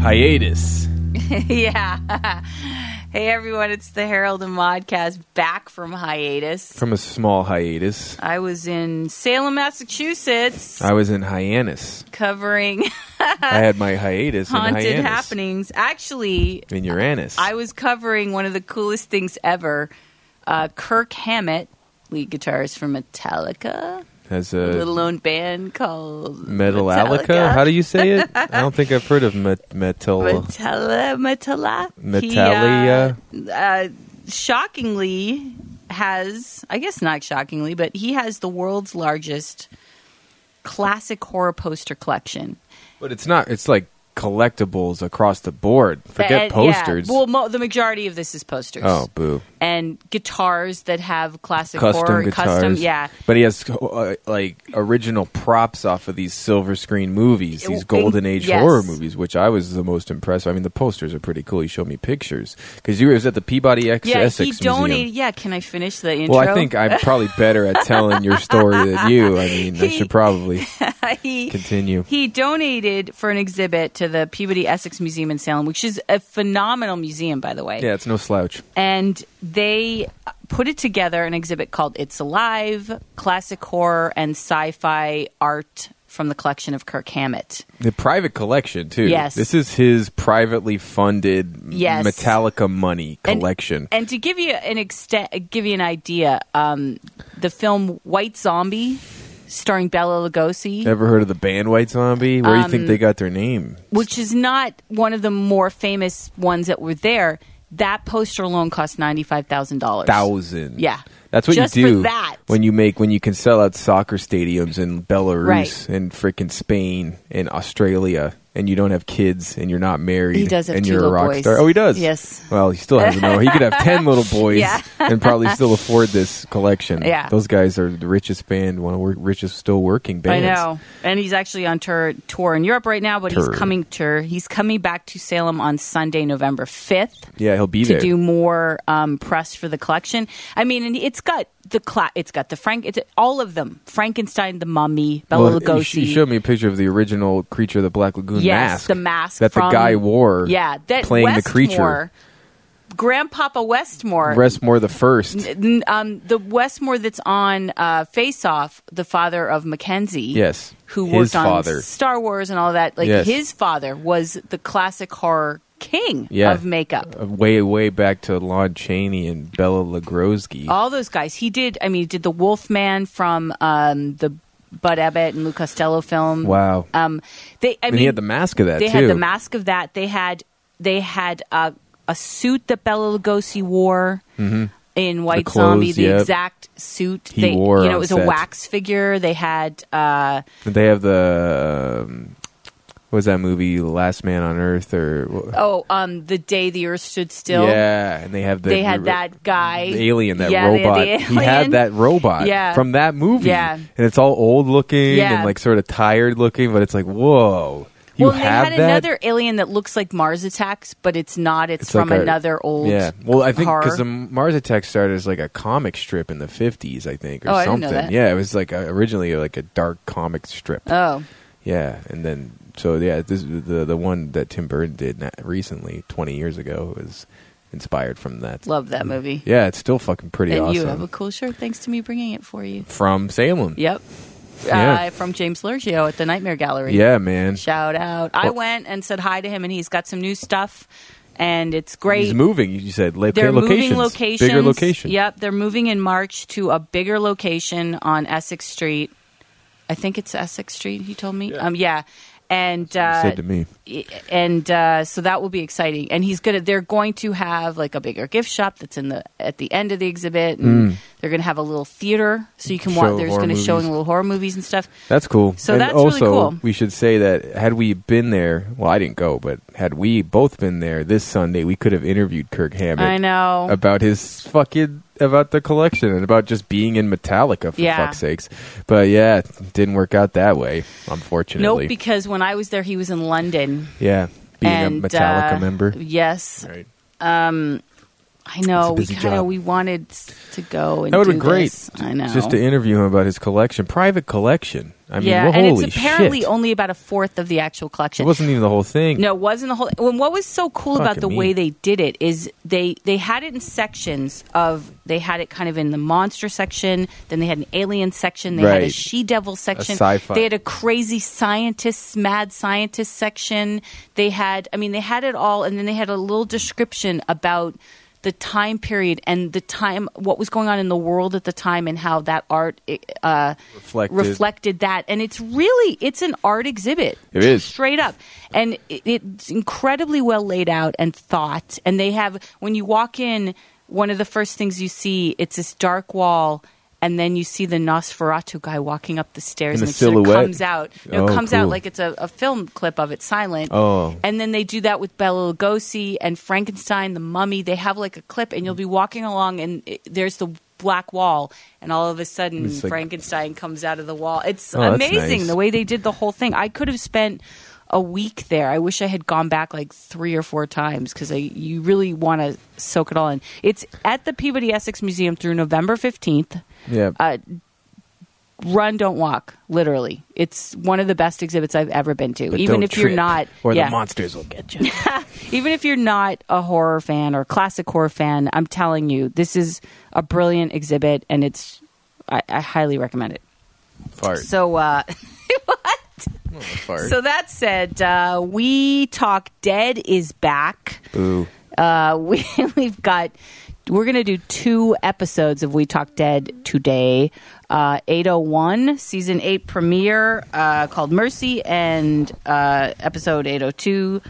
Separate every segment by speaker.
Speaker 1: hiatus.
Speaker 2: yeah. hey, everyone. It's the Herald and Modcast back from hiatus.
Speaker 1: From a small hiatus,
Speaker 2: I was in Salem, Massachusetts,
Speaker 1: I was in hiatus.
Speaker 2: covering
Speaker 1: I had my hiatus in
Speaker 2: haunted
Speaker 1: hiatus.
Speaker 2: happenings. Actually,
Speaker 1: In Uranus.
Speaker 2: I was covering one of the coolest things ever. Uh, Kirk Hammett, lead guitarist from Metallica,
Speaker 1: As
Speaker 2: a
Speaker 1: a
Speaker 2: little known band called
Speaker 1: Metallica? How do you say it? I don't think I've heard of met- metal.
Speaker 2: Metalla, Metalla, He,
Speaker 1: Metalia?
Speaker 2: uh, uh, shockingly, has I guess not shockingly, but he has the world's largest classic horror poster collection.
Speaker 1: but it's not. It's like collectibles across the board. Forget
Speaker 2: And- yeah,
Speaker 1: posters.
Speaker 2: well, mo- the majority of this is posters.
Speaker 1: oh, boo.
Speaker 2: And guitars that have classic
Speaker 1: Custom
Speaker 2: horror,
Speaker 1: guitars.
Speaker 2: custom, yeah.
Speaker 1: But he has uh, like original props off of these silver screen movies,
Speaker 2: It-
Speaker 1: these golden age
Speaker 2: yes.
Speaker 1: horror movies, which I was the most impressed. I mean, the posters are pretty cool. You showed me pictures because you was at the Peabody Ex-
Speaker 2: Yeah,
Speaker 1: Essex
Speaker 2: he
Speaker 1: Museum.
Speaker 2: donated. Yeah, can I finish the intro?
Speaker 1: Well, I think I'm probably better at telling your story than you. I mean, I
Speaker 2: He-
Speaker 1: should probably
Speaker 2: he
Speaker 1: continue.
Speaker 2: he donated for an exhibit to the Peabody Essex Museum in Salem, which is a phenomenal museum, by the way.
Speaker 1: Yeah, it's no slouch.
Speaker 2: And they put it together an exhibit called "It's Alive: Classic Horror and Sci-Fi Art from the Collection of Kirk Hammett."
Speaker 1: The private collection too.
Speaker 2: Yes.
Speaker 1: this is his privately funded
Speaker 2: Yes.
Speaker 1: Metallica money
Speaker 2: And-
Speaker 1: collection.
Speaker 2: And to give you an extent, give you an idea, um, the film White Zombie, starring Bella Lugosi.
Speaker 1: Ever heard of the band White Zombie? Where do you
Speaker 2: Um,
Speaker 1: think they got their name?
Speaker 2: which is not one of the more famous ones that were there. That poster alone cost ninety five thousand dollars.
Speaker 1: thousand.
Speaker 2: Yeah.
Speaker 1: that's what
Speaker 2: Just for
Speaker 1: you do
Speaker 2: that.
Speaker 1: when you make when you can sell out soccer stadiums in Belarus
Speaker 2: Right.
Speaker 1: and freaking Spain and Australia, and you don't have kids and you're not married.
Speaker 2: He does have
Speaker 1: and
Speaker 2: two
Speaker 1: you're a
Speaker 2: little
Speaker 1: rock
Speaker 2: boys.
Speaker 1: star. Oh, he does.
Speaker 2: Yes.
Speaker 1: Well, he still has no. He could have ten little boys
Speaker 2: Yeah.
Speaker 1: and probably still afford this collection.
Speaker 2: Yeah.
Speaker 1: those guys are the richest band, one of the wor- richest still working
Speaker 2: I
Speaker 1: bands.
Speaker 2: know, and he's actually on tour tour in Europe right now, but
Speaker 1: Tour.
Speaker 2: he's coming tour. He's coming back to Salem on Sunday, November fifth,
Speaker 1: Yeah, he'll be
Speaker 2: to
Speaker 1: there.
Speaker 2: do more um, press for the collection. I mean, and it's got the cla- it's got the Frank, it's all of them: Frankenstein, the Mummy, Bella
Speaker 1: Well, you sh-
Speaker 2: Lugosi.
Speaker 1: you showed me a picture of the original creature of the Black Lagoon
Speaker 2: Yes,
Speaker 1: mask.
Speaker 2: the mask
Speaker 1: that
Speaker 2: from-
Speaker 1: the guy wore.
Speaker 2: yeah, that
Speaker 1: playing the creature.
Speaker 2: Westmore, Grandpapa Westmore,
Speaker 1: Restmore the first.
Speaker 2: N- um, the Westmore that's on uh, Face Off, the father of Mackenzie.
Speaker 1: Yes.
Speaker 2: Who
Speaker 1: His
Speaker 2: worked
Speaker 1: father.
Speaker 2: on Star Wars and all that. Like
Speaker 1: Yes.
Speaker 2: his father was the classic horror king
Speaker 1: Yeah.
Speaker 2: of makeup.
Speaker 1: way way back to Lon Chaney and Bella Lugosi.
Speaker 2: All those guys. He did. I mean, he did the Wolfman from um, the Bud Abbott and Lou Costello film.
Speaker 1: wow.
Speaker 2: Um, they. I
Speaker 1: and
Speaker 2: mean,
Speaker 1: he had the mask of that
Speaker 2: they
Speaker 1: too.
Speaker 2: had the mask of that. They had they had a, a suit that Bella Lugosi wore in White
Speaker 1: Mm-hmm. clothes,
Speaker 2: Zombie, the
Speaker 1: yep.
Speaker 2: exact suit.
Speaker 1: He
Speaker 2: they,
Speaker 1: wore
Speaker 2: you know,
Speaker 1: on
Speaker 2: it was
Speaker 1: set.
Speaker 2: a wax figure. They had uh,
Speaker 1: They have the um, what was that movie Last Man on Earth or
Speaker 2: oh, um, the day the Earth stood still.
Speaker 1: yeah, and they have the
Speaker 2: they had that guy,
Speaker 1: the alien that
Speaker 2: Yeah, they had
Speaker 1: robot.
Speaker 2: the
Speaker 1: He had
Speaker 2: alien.
Speaker 1: that robot
Speaker 2: Yeah.
Speaker 1: from that movie.
Speaker 2: Yeah.
Speaker 1: And it's all old looking
Speaker 2: Yeah.
Speaker 1: and like sort of tired looking, but it's like whoa. You
Speaker 2: well, and they
Speaker 1: have
Speaker 2: had
Speaker 1: that?
Speaker 2: another alien that looks like Mars Attacks, but it's not. It's,
Speaker 1: It's
Speaker 2: from
Speaker 1: like a-
Speaker 2: another old.
Speaker 1: Yeah. Well, I think
Speaker 2: horror.
Speaker 1: because the Mars Attack started as like a comic strip in the fifties, I think, or
Speaker 2: Oh, I didn't
Speaker 1: something.
Speaker 2: know that.
Speaker 1: Yeah, it was like a, originally like a dark comic strip.
Speaker 2: Oh,
Speaker 1: yeah, and then so yeah, this the the one that Tim Burton did na- recently, twenty years ago, was inspired from that.
Speaker 2: love that movie.
Speaker 1: Yeah, it's still fucking pretty
Speaker 2: and
Speaker 1: awesome.
Speaker 2: you have a cool shirt. Thanks to me bringing it for you.
Speaker 1: from Salem.
Speaker 2: Yep.
Speaker 1: Yeah.
Speaker 2: Uh, from James Lurgio at the Nightmare Gallery.
Speaker 1: Yeah, man.
Speaker 2: Shout out. I went and said hi to him, and he's got some new stuff, and it's great.
Speaker 1: He's moving. You said lo-
Speaker 2: they're
Speaker 1: locations,
Speaker 2: moving locations.
Speaker 1: bigger location.
Speaker 2: Yep. They're moving in March to a bigger location on Essex Street. I think it's Essex Street, he told me. Um, yeah. And
Speaker 1: You
Speaker 2: uh,
Speaker 1: said to me.
Speaker 2: and uh, so that will be exciting. And he's gonna they're going to have like a bigger gift shop that's in the at the end of the exhibit, and they're gonna have a little theater so you can
Speaker 1: Mm. Show
Speaker 2: watch. There's
Speaker 1: horror
Speaker 2: gonna showing
Speaker 1: movies.
Speaker 2: little horror movies and stuff.
Speaker 1: That's cool.
Speaker 2: So
Speaker 1: and
Speaker 2: that's really
Speaker 1: also,
Speaker 2: cool.
Speaker 1: we should say that had we been there, well, I didn't go, but had we both been there this Sunday, we could have interviewed Kirk Hammett.
Speaker 2: I know.
Speaker 1: about his fucking about the collection and about just being in Metallica for
Speaker 2: Yeah.
Speaker 1: fuck's sakes. But yeah, it didn't work out that way, unfortunately.
Speaker 2: Nope, because when I was there, he was in London.
Speaker 1: yeah, being
Speaker 2: and,
Speaker 1: a Metallica
Speaker 2: uh,
Speaker 1: member.
Speaker 2: Yes,
Speaker 1: Right.
Speaker 2: I know we
Speaker 1: It's a busy
Speaker 2: kind of
Speaker 1: job.
Speaker 2: we wanted s- to go and
Speaker 1: That would
Speaker 2: do
Speaker 1: have been great.
Speaker 2: this. I know.
Speaker 1: Just to interview him about his collection, private collection. I mean,
Speaker 2: yeah,
Speaker 1: well,
Speaker 2: and
Speaker 1: holy
Speaker 2: it's apparently
Speaker 1: shit.
Speaker 2: only about a fourth of the actual
Speaker 1: it
Speaker 2: collection.
Speaker 1: wasn't even the whole thing.
Speaker 2: No, it wasn't the whole. When what was so cool about
Speaker 1: Fucking
Speaker 2: the
Speaker 1: me.
Speaker 2: way they did it is they they had it in sections of they had it kind of in the monster section, then they had an alien section, they had a
Speaker 1: Right.
Speaker 2: she devil section,
Speaker 1: sci-fi.
Speaker 2: they had a crazy scientist, mad scientist section. They had, I mean, they had it all, and then they had a little description about the time period and the time what was going on in the world at the time and how that art uh,
Speaker 1: Reflected.
Speaker 2: reflected that and it's really it's an art exhibit
Speaker 1: It is.
Speaker 2: straight up and it, it's incredibly well laid out and thought and they have when you walk in one of the first things you see it's this dark wall and then you see the Nosferatu guy walking up the stairs,
Speaker 1: And
Speaker 2: and,
Speaker 1: the
Speaker 2: it sort of
Speaker 1: silhouette.
Speaker 2: comes out. No, it
Speaker 1: Oh,
Speaker 2: comes out
Speaker 1: cool.
Speaker 2: like it's a, a film clip of it, silent.
Speaker 1: Oh.
Speaker 2: and then they do that with Bela Lugosi and Frankenstein, the Mummy. They have like a clip, and you'll be walking along, and it, there's the black wall, and all of a sudden
Speaker 1: It's like-
Speaker 2: Frankenstein comes out of the wall. It's
Speaker 1: Oh, that's
Speaker 2: amazing
Speaker 1: nice.
Speaker 2: the way they did the whole thing. I could have spent a week there. I wish I had gone back like three or four times because you really want to soak it all in. It's at the Peabody Essex Museum through November 15th.
Speaker 1: Yeah.
Speaker 2: Uh, run, don't walk, literally. It's one of the best exhibits I've ever been to.
Speaker 1: But
Speaker 2: even
Speaker 1: don't
Speaker 2: if you're
Speaker 1: trip,
Speaker 2: not.
Speaker 1: or
Speaker 2: yeah.
Speaker 1: the monsters will get you.
Speaker 2: Even if you're not a horror fan or classic horror fan, I'm telling you, this is a brilliant exhibit and it's. I, I highly recommend it.
Speaker 1: fart.
Speaker 2: So, uh,
Speaker 1: fart.
Speaker 2: so that said, uh, we talk. Dead is back.
Speaker 1: Boo.
Speaker 2: Uh, we we've got. We're gonna do two episodes of We Talk Dead today. Uh, 801 season eight premiere uh, called Mercy, and uh, episode 802,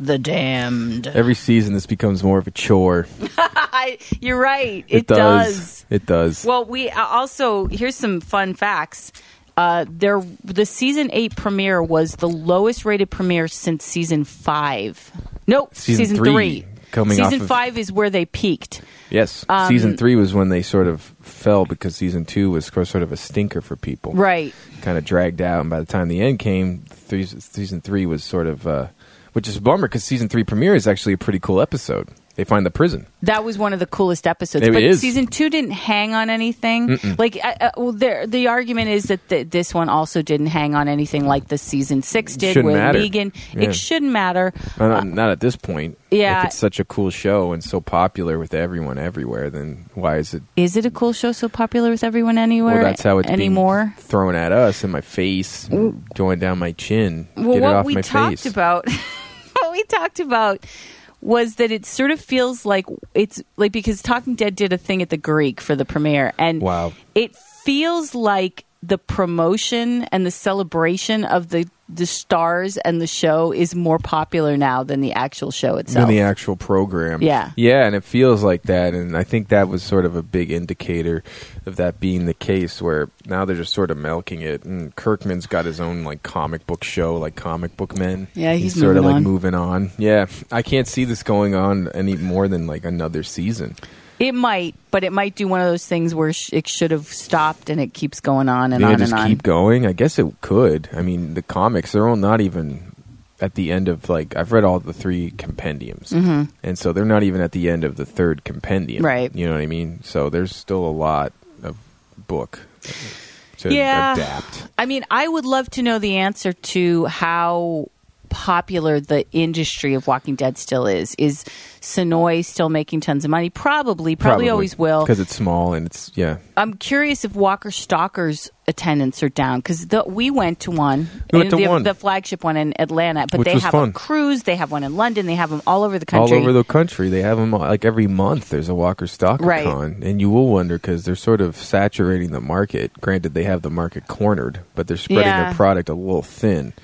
Speaker 2: The Damned.
Speaker 1: Every season, this becomes more of a chore.
Speaker 2: I, you're right. It, does.
Speaker 1: It does.
Speaker 2: Well, we uh, also here's some fun facts. Uh, there, the season eight premiere was the lowest rated premiere since season five. Nope,
Speaker 1: Season
Speaker 2: season,
Speaker 1: three,
Speaker 2: three.
Speaker 1: coming
Speaker 2: season
Speaker 1: off of-
Speaker 2: five is where they peaked.
Speaker 1: yes.
Speaker 2: um,
Speaker 1: season three was when they sort of fell because season two was sort of a stinker for people.
Speaker 2: Right.
Speaker 1: Kind of dragged out, and by the time the end came, three, season three was sort of, uh, which is a bummer because season three premiere is actually a pretty cool episode. They find the prison.
Speaker 2: That was one of the coolest episodes.
Speaker 1: It
Speaker 2: but
Speaker 1: is.
Speaker 2: season two didn't hang on anything. Like, I, I, well, there, the argument is that th this one also didn't hang on anything like the season six did
Speaker 1: Shouldn't
Speaker 2: with
Speaker 1: matter.
Speaker 2: Negan.
Speaker 1: Yeah.
Speaker 2: It shouldn't matter.
Speaker 1: Uh, not, not at this point.
Speaker 2: yeah.
Speaker 1: If it's such a cool show and so popular with everyone everywhere, then why is it?
Speaker 2: Is it a cool show so popular with everyone anywhere?
Speaker 1: Well, that's how it's being
Speaker 2: anymore.
Speaker 1: thrown at us in my face, going down my chin.
Speaker 2: well,
Speaker 1: Get
Speaker 2: what
Speaker 1: it off
Speaker 2: we
Speaker 1: my
Speaker 2: talked
Speaker 1: face.
Speaker 2: about, what we talked about was that it sort of feels like it's like because Talking Dead did a thing at the Greek for the premiere, and
Speaker 1: Wow.
Speaker 2: it feels like the promotion and the celebration of the the stars and the show is more popular now than the actual show
Speaker 1: than
Speaker 2: itself.
Speaker 1: the actual program.
Speaker 2: Yeah.
Speaker 1: Yeah, and it feels like that. And I think that was sort of a big indicator of that being the case where now they're just sort of milking it. And Kirkman's got his own like comic book show, like comic book men.
Speaker 2: Yeah, he's
Speaker 1: sort of
Speaker 2: moving
Speaker 1: like
Speaker 2: on.
Speaker 1: moving on. Yeah. I can't see this going on any more than like another season.
Speaker 2: it might, but it might do one of those things where sh- it should have stopped and it keeps going on and
Speaker 1: They
Speaker 2: on
Speaker 1: just
Speaker 2: and on.
Speaker 1: keep going. I guess it could. I mean, the comics they're all not even at the end of like I've read all the three compendiums, mm-hmm. and so they're not even at the end of the third compendium,
Speaker 2: Right.
Speaker 1: You know what I mean? So there's still a lot of book to
Speaker 2: Yeah.
Speaker 1: adapt.
Speaker 2: I mean, I would love to know the answer to how popular the industry of Walking Dead still is. Is Sonoy still making tons of money? Probably, probably, always will.
Speaker 1: because it's small and it's yeah.
Speaker 2: I'm curious if Walker Stalker's attendants are down because we went to one,
Speaker 1: We went
Speaker 2: in
Speaker 1: to
Speaker 2: the,
Speaker 1: one.
Speaker 2: the flagship one in Atlanta, but
Speaker 1: Which
Speaker 2: they
Speaker 1: was
Speaker 2: have
Speaker 1: fun.
Speaker 2: a cruise, they have one in London, they have them all over the
Speaker 1: All
Speaker 2: country.
Speaker 1: over the country, they have them like every month. There's a Walker Stalker
Speaker 2: Right.
Speaker 1: Con, and you will wonder because they're sort of saturating the market. Granted, they have the market cornered, but they're spreading
Speaker 2: Yeah.
Speaker 1: their product a little thin.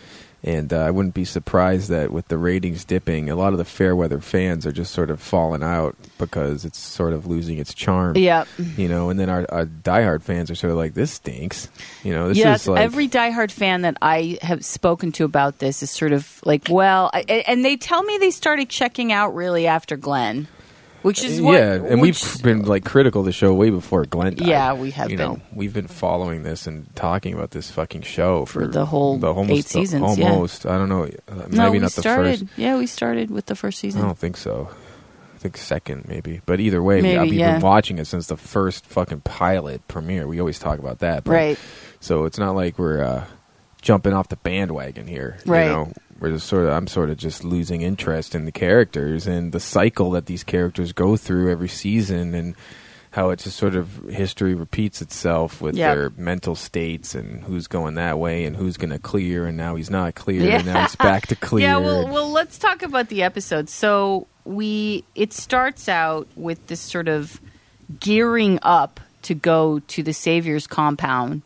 Speaker 1: And uh, I wouldn't be surprised that with the ratings dipping, a lot of the fair weather fans are just sort of falling out because it's sort of losing its charm.
Speaker 2: Yep.
Speaker 1: You know, and then our, our diehard fans are sort of like, "This stinks." You know, this
Speaker 2: yes,
Speaker 1: is like
Speaker 2: every diehard fan that I have spoken to about this is sort of like, well, I, and they tell me they started checking out really after Glenn, which is what,
Speaker 1: Uh, yeah, and
Speaker 2: which-
Speaker 1: we've been like critical of the show way before Glenn. Died.
Speaker 2: Yeah, we have
Speaker 1: You know,
Speaker 2: been.
Speaker 1: we've been following this and talking about this fucking show for
Speaker 2: the whole
Speaker 1: almost,
Speaker 2: eight seasons, yeah.
Speaker 1: Almost, I don't know, uh,
Speaker 2: no,
Speaker 1: maybe
Speaker 2: we
Speaker 1: not the
Speaker 2: started.
Speaker 1: first. Oh,
Speaker 2: Yeah, we started with the first season.
Speaker 1: I don't think so. I think think second maybe. But either way,
Speaker 2: Maybe,
Speaker 1: I've
Speaker 2: yeah.
Speaker 1: been watching it since the first fucking pilot premiere. We always talk about that, but-
Speaker 2: Right.
Speaker 1: So it's not like we're uh, jumping off the bandwagon here.
Speaker 2: Right.
Speaker 1: You know, we're just sort of I'm sort of just losing interest in the characters and the cycle that these characters go through every season and how it just sort of history repeats itself with
Speaker 2: Yep.
Speaker 1: their mental states and who's going that way and who's going to clear and now he's not clear
Speaker 2: Yeah.
Speaker 1: and now he's back to clear.
Speaker 2: Yeah, well, well, let's talk about the episode. So we it starts out with this sort of gearing up to go to the Savior's compound.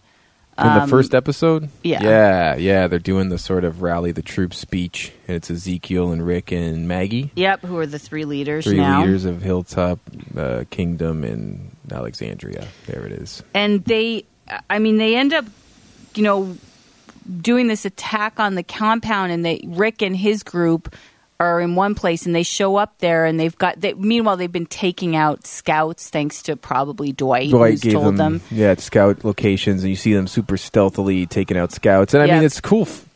Speaker 1: In the first episode?
Speaker 2: um, yeah.
Speaker 1: Yeah, yeah. They're doing the sort of rally the troops speech, and it's Ezekiel and Rick and Maggie,
Speaker 2: Yep, who are the three leaders
Speaker 1: three
Speaker 2: now?
Speaker 1: leaders of Hilltop uh, Kingdom and Alexandria. There it is.
Speaker 2: and they i mean they end up you know doing this attack on the compound and they rick and his group are in one place and they show up there and they've got they, meanwhile they've been taking out scouts thanks to probably dwight,
Speaker 1: Dwight
Speaker 2: who's
Speaker 1: gave
Speaker 2: told them,
Speaker 1: yeah scout locations, and you see them super stealthily taking out scouts. And I
Speaker 2: Yeah.
Speaker 1: mean, it's cool f-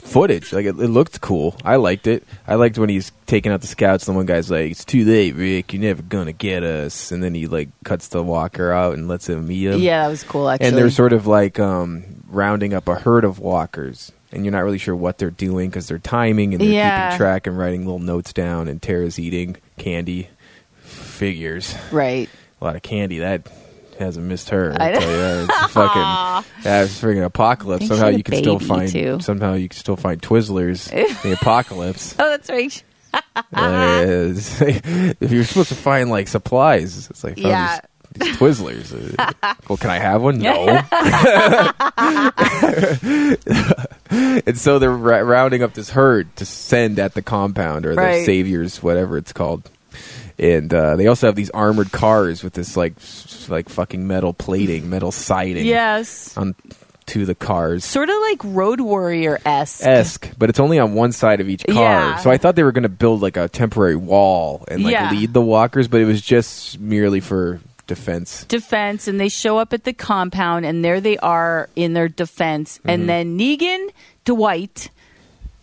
Speaker 1: footage. Like it, it looked cool. I liked it. I liked when he's taking out the scouts, and one guy's like, "It's too late, Rick. You're never gonna get us." And then he like cuts the walker out and lets him meet him.
Speaker 2: yeah that was cool actually
Speaker 1: and they're sort of like um, rounding up a herd of walkers and you're not really sure what they're doing because they're timing and they're
Speaker 2: Yeah.
Speaker 1: keeping track and writing little notes down and tara's eating candy figures
Speaker 2: right
Speaker 1: a lot of candy that hasn't missed her
Speaker 2: I
Speaker 1: I
Speaker 2: know.
Speaker 1: tell you, it's a fucking that's freaking apocalypse
Speaker 2: I think she
Speaker 1: somehow
Speaker 2: had a
Speaker 1: you can still
Speaker 2: baby,
Speaker 1: find
Speaker 2: too.
Speaker 1: somehow you can still find twizzlers in the apocalypse
Speaker 2: oh that's right Uh-huh.
Speaker 1: Uh, it's like, if you're supposed to find like supplies it's like I found
Speaker 2: Yeah.
Speaker 1: these, these twizzlers Uh, well can i have one no and so they're ra- rounding up this herd to send at the compound or
Speaker 2: Right.
Speaker 1: their saviors whatever it's called and uh, they also have these armored cars with this like s- like fucking metal plating metal siding
Speaker 2: yes
Speaker 1: on to the cars
Speaker 2: sort of like road warrior esque
Speaker 1: esque, but it's only on one side of each car.
Speaker 2: Yeah.
Speaker 1: So I thought they were going to build like a temporary wall and like
Speaker 2: Yeah.
Speaker 1: lead the walkers, but it was just merely for defense.
Speaker 2: defense and they show up at the compound and there they are in their defense
Speaker 1: Mm-hmm.
Speaker 2: and then negan dwight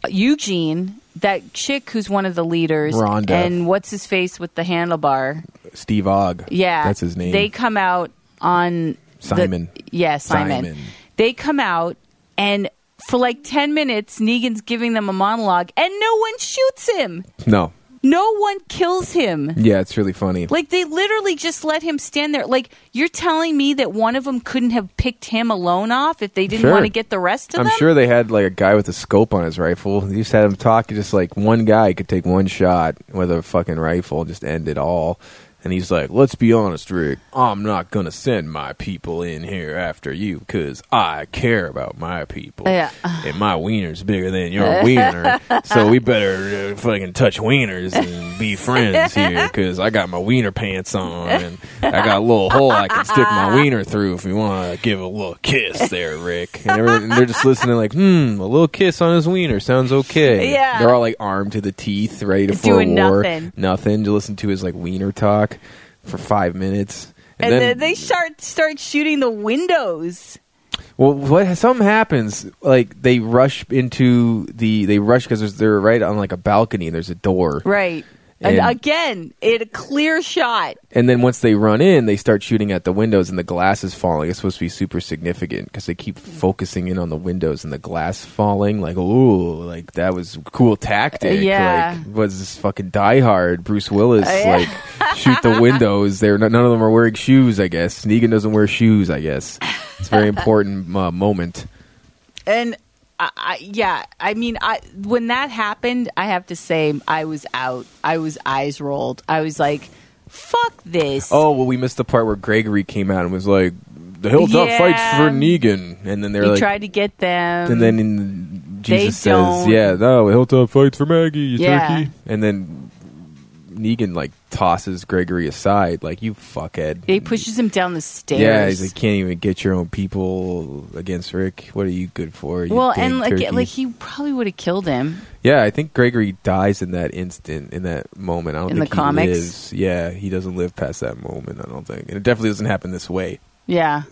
Speaker 2: eugene that chick who's one of the leaders
Speaker 1: Rhonda.
Speaker 2: and what's his face with the handlebar
Speaker 1: Steve Ogg,
Speaker 2: yeah
Speaker 1: that's his name.
Speaker 2: they come out on the-
Speaker 1: Simon.
Speaker 2: yeah simon.
Speaker 1: Simon.
Speaker 2: they come out and for like 10 minutes negan's giving them a monologue and no one shoots him
Speaker 1: no,
Speaker 2: no one kills him
Speaker 1: yeah, it's really funny.
Speaker 2: like they literally just let him stand there. Like you're telling me that one of them couldn't have picked him alone off if they didn't
Speaker 1: Sure.
Speaker 2: want to get the rest of
Speaker 1: I'm
Speaker 2: them.
Speaker 1: sure they had like a guy with a scope on his rifle. They just had him talk. Just like one guy could take one shot with a fucking rifle, just end it all. And he's like, "Let's be honest, Rick. I'm not gonna send my people in here after you because I care about my people.
Speaker 2: Yeah.
Speaker 1: and my wiener's bigger than your wiener, so we better uh, fucking touch wieners and be friends here because I got my wiener pants on and I got a little hole I can stick my wiener through if you want to give a little kiss there, Rick. And, everyone, and they're just listening like, hmm, a little kiss on his wiener sounds okay.
Speaker 2: Yeah.
Speaker 1: They're all like armed to the teeth, ready to for
Speaker 2: Doing
Speaker 1: a war.
Speaker 2: nothing.
Speaker 1: Nothing to listen to his like wiener talk for five minutes.
Speaker 2: and then, they start start shooting the windows.
Speaker 1: Well, what something happens like they rush into the they rush because they're right on like a balcony and there's a door,
Speaker 2: Right. And,
Speaker 1: And-
Speaker 2: again, it a clear shot.
Speaker 1: and then once they run in, they start shooting at the windows and the glass is falling. It's supposed to be super significant because they keep focusing in on the windows and the glass falling. Like, ooh, like that was cool tactic.
Speaker 2: Yeah.
Speaker 1: Like, was this fucking Die Hard? Bruce Willis
Speaker 2: Uh, yeah.
Speaker 1: like shoot the windows. They're none of them are wearing shoes. I guess Negan doesn't wear shoes. I guess it's a very important uh, moment.
Speaker 2: And I, I, yeah, I mean, I when that happened, I have to say I was out. I was eyes rolled. I was like, "Fuck this."
Speaker 1: Oh well, we missed the part where Gregory came out and was like, "The Hilltop
Speaker 2: Yeah.
Speaker 1: fights for Negan," and then they're
Speaker 2: he
Speaker 1: like,
Speaker 2: tried to get them.
Speaker 1: and then in,
Speaker 2: They
Speaker 1: Jesus says,
Speaker 2: don't.
Speaker 1: "Yeah, no, Hilltop fights for Maggie, you
Speaker 2: Yeah.
Speaker 1: turkey," and then Negan like tosses Gregory aside, like, "You fuckhead."
Speaker 2: he pushes him down the stairs.
Speaker 1: yeah, he's like, can't even get your own people against Rick. What are you good for? You
Speaker 2: well,
Speaker 1: dang
Speaker 2: and like,
Speaker 1: turkey?"
Speaker 2: like he probably would have killed him.
Speaker 1: yeah, I think Gregory dies in that instant, in that moment. I don't
Speaker 2: In the
Speaker 1: think he
Speaker 2: comics?
Speaker 1: lives. Yeah, he doesn't live past that moment. I don't think, and it definitely doesn't happen this way.
Speaker 2: Yeah.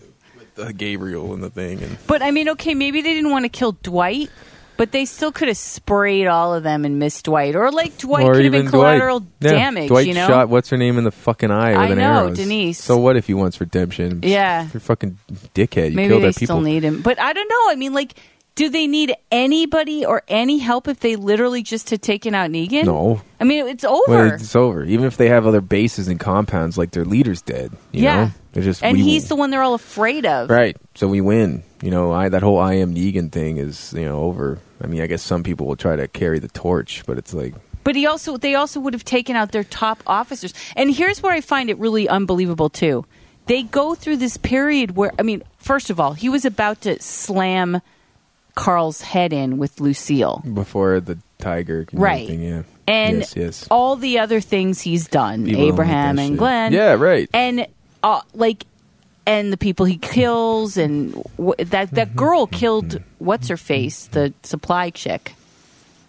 Speaker 1: uh, Gabriel and the thing, and
Speaker 2: But I mean, okay, maybe they didn't want to kill Dwight, But they still could have sprayed all of them and missed Dwight, or like Dwight
Speaker 1: or
Speaker 2: could have
Speaker 1: even
Speaker 2: been collateral
Speaker 1: Dwight. Yeah,
Speaker 2: damage.
Speaker 1: Dwight
Speaker 2: you know,
Speaker 1: shot what's her name in the fucking eye with
Speaker 2: I
Speaker 1: an
Speaker 2: know,
Speaker 1: arrow.
Speaker 2: Denise.
Speaker 1: So what if he wants redemption?
Speaker 2: Yeah.
Speaker 1: you're fucking dickhead. You
Speaker 2: maybe
Speaker 1: killed
Speaker 2: they
Speaker 1: our people.
Speaker 2: still need him. But I don't know. I mean, like, do they need anybody or any help if they literally just had taken out Negan?
Speaker 1: no,
Speaker 2: I mean, it's over.
Speaker 1: Well, it's over. Even if they have other bases and compounds, like their leader's dead. You
Speaker 2: Yeah.
Speaker 1: know? they're just
Speaker 2: and
Speaker 1: we-
Speaker 2: he's the one they're all afraid of.
Speaker 1: right. So we win. You know, I that whole I am Negan thing is you know over. I mean, I guess some people will try to carry the torch, but it's like
Speaker 2: But he also they also would have taken out their top officers. And here's where I find it really unbelievable too. They go through this period where I mean, first of all, he was about to slam Carl's head in with Lucille.
Speaker 1: before the tiger, and
Speaker 2: Right.
Speaker 1: everything, Yeah,
Speaker 2: And
Speaker 1: yes, yes.
Speaker 2: all the other things he's done,
Speaker 1: People don't like
Speaker 2: Abraham
Speaker 1: that
Speaker 2: and
Speaker 1: shit.
Speaker 2: Glenn.
Speaker 1: Yeah, right.
Speaker 2: and uh, like and the people he kills and w- that
Speaker 1: Mm-hmm.
Speaker 2: that girl killed what's her face the supply chick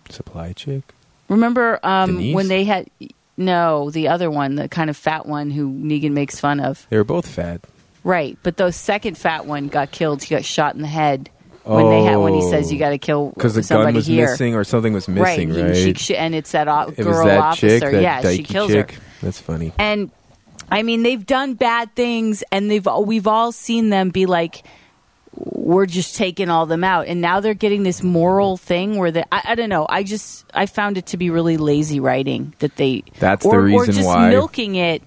Speaker 1: Supply chick.
Speaker 2: remember um,
Speaker 1: Denise?
Speaker 2: when they had no the other one the kind of fat one who negan makes fun of
Speaker 1: They were both fat.
Speaker 2: right but the second fat one got killed he got shot in the head when they had when he says
Speaker 1: Oh.
Speaker 2: you got to kill
Speaker 1: Because the
Speaker 2: somebody
Speaker 1: gun was
Speaker 2: here
Speaker 1: missing or something was missing, right?
Speaker 2: and, she, she, and it's that o-
Speaker 1: it
Speaker 2: girl
Speaker 1: was that
Speaker 2: officer
Speaker 1: chick, that
Speaker 2: yeah she
Speaker 1: dykey
Speaker 2: kills
Speaker 1: chick.
Speaker 2: her
Speaker 1: That's funny.
Speaker 2: and I mean they've done bad things, and they've we've all seen them be like, we're just taking all them out, and now they're getting this moral thing where they I, I don't know. I just I found it to be really lazy writing that they
Speaker 1: That's the
Speaker 2: or, or
Speaker 1: reason
Speaker 2: just
Speaker 1: why.
Speaker 2: milking it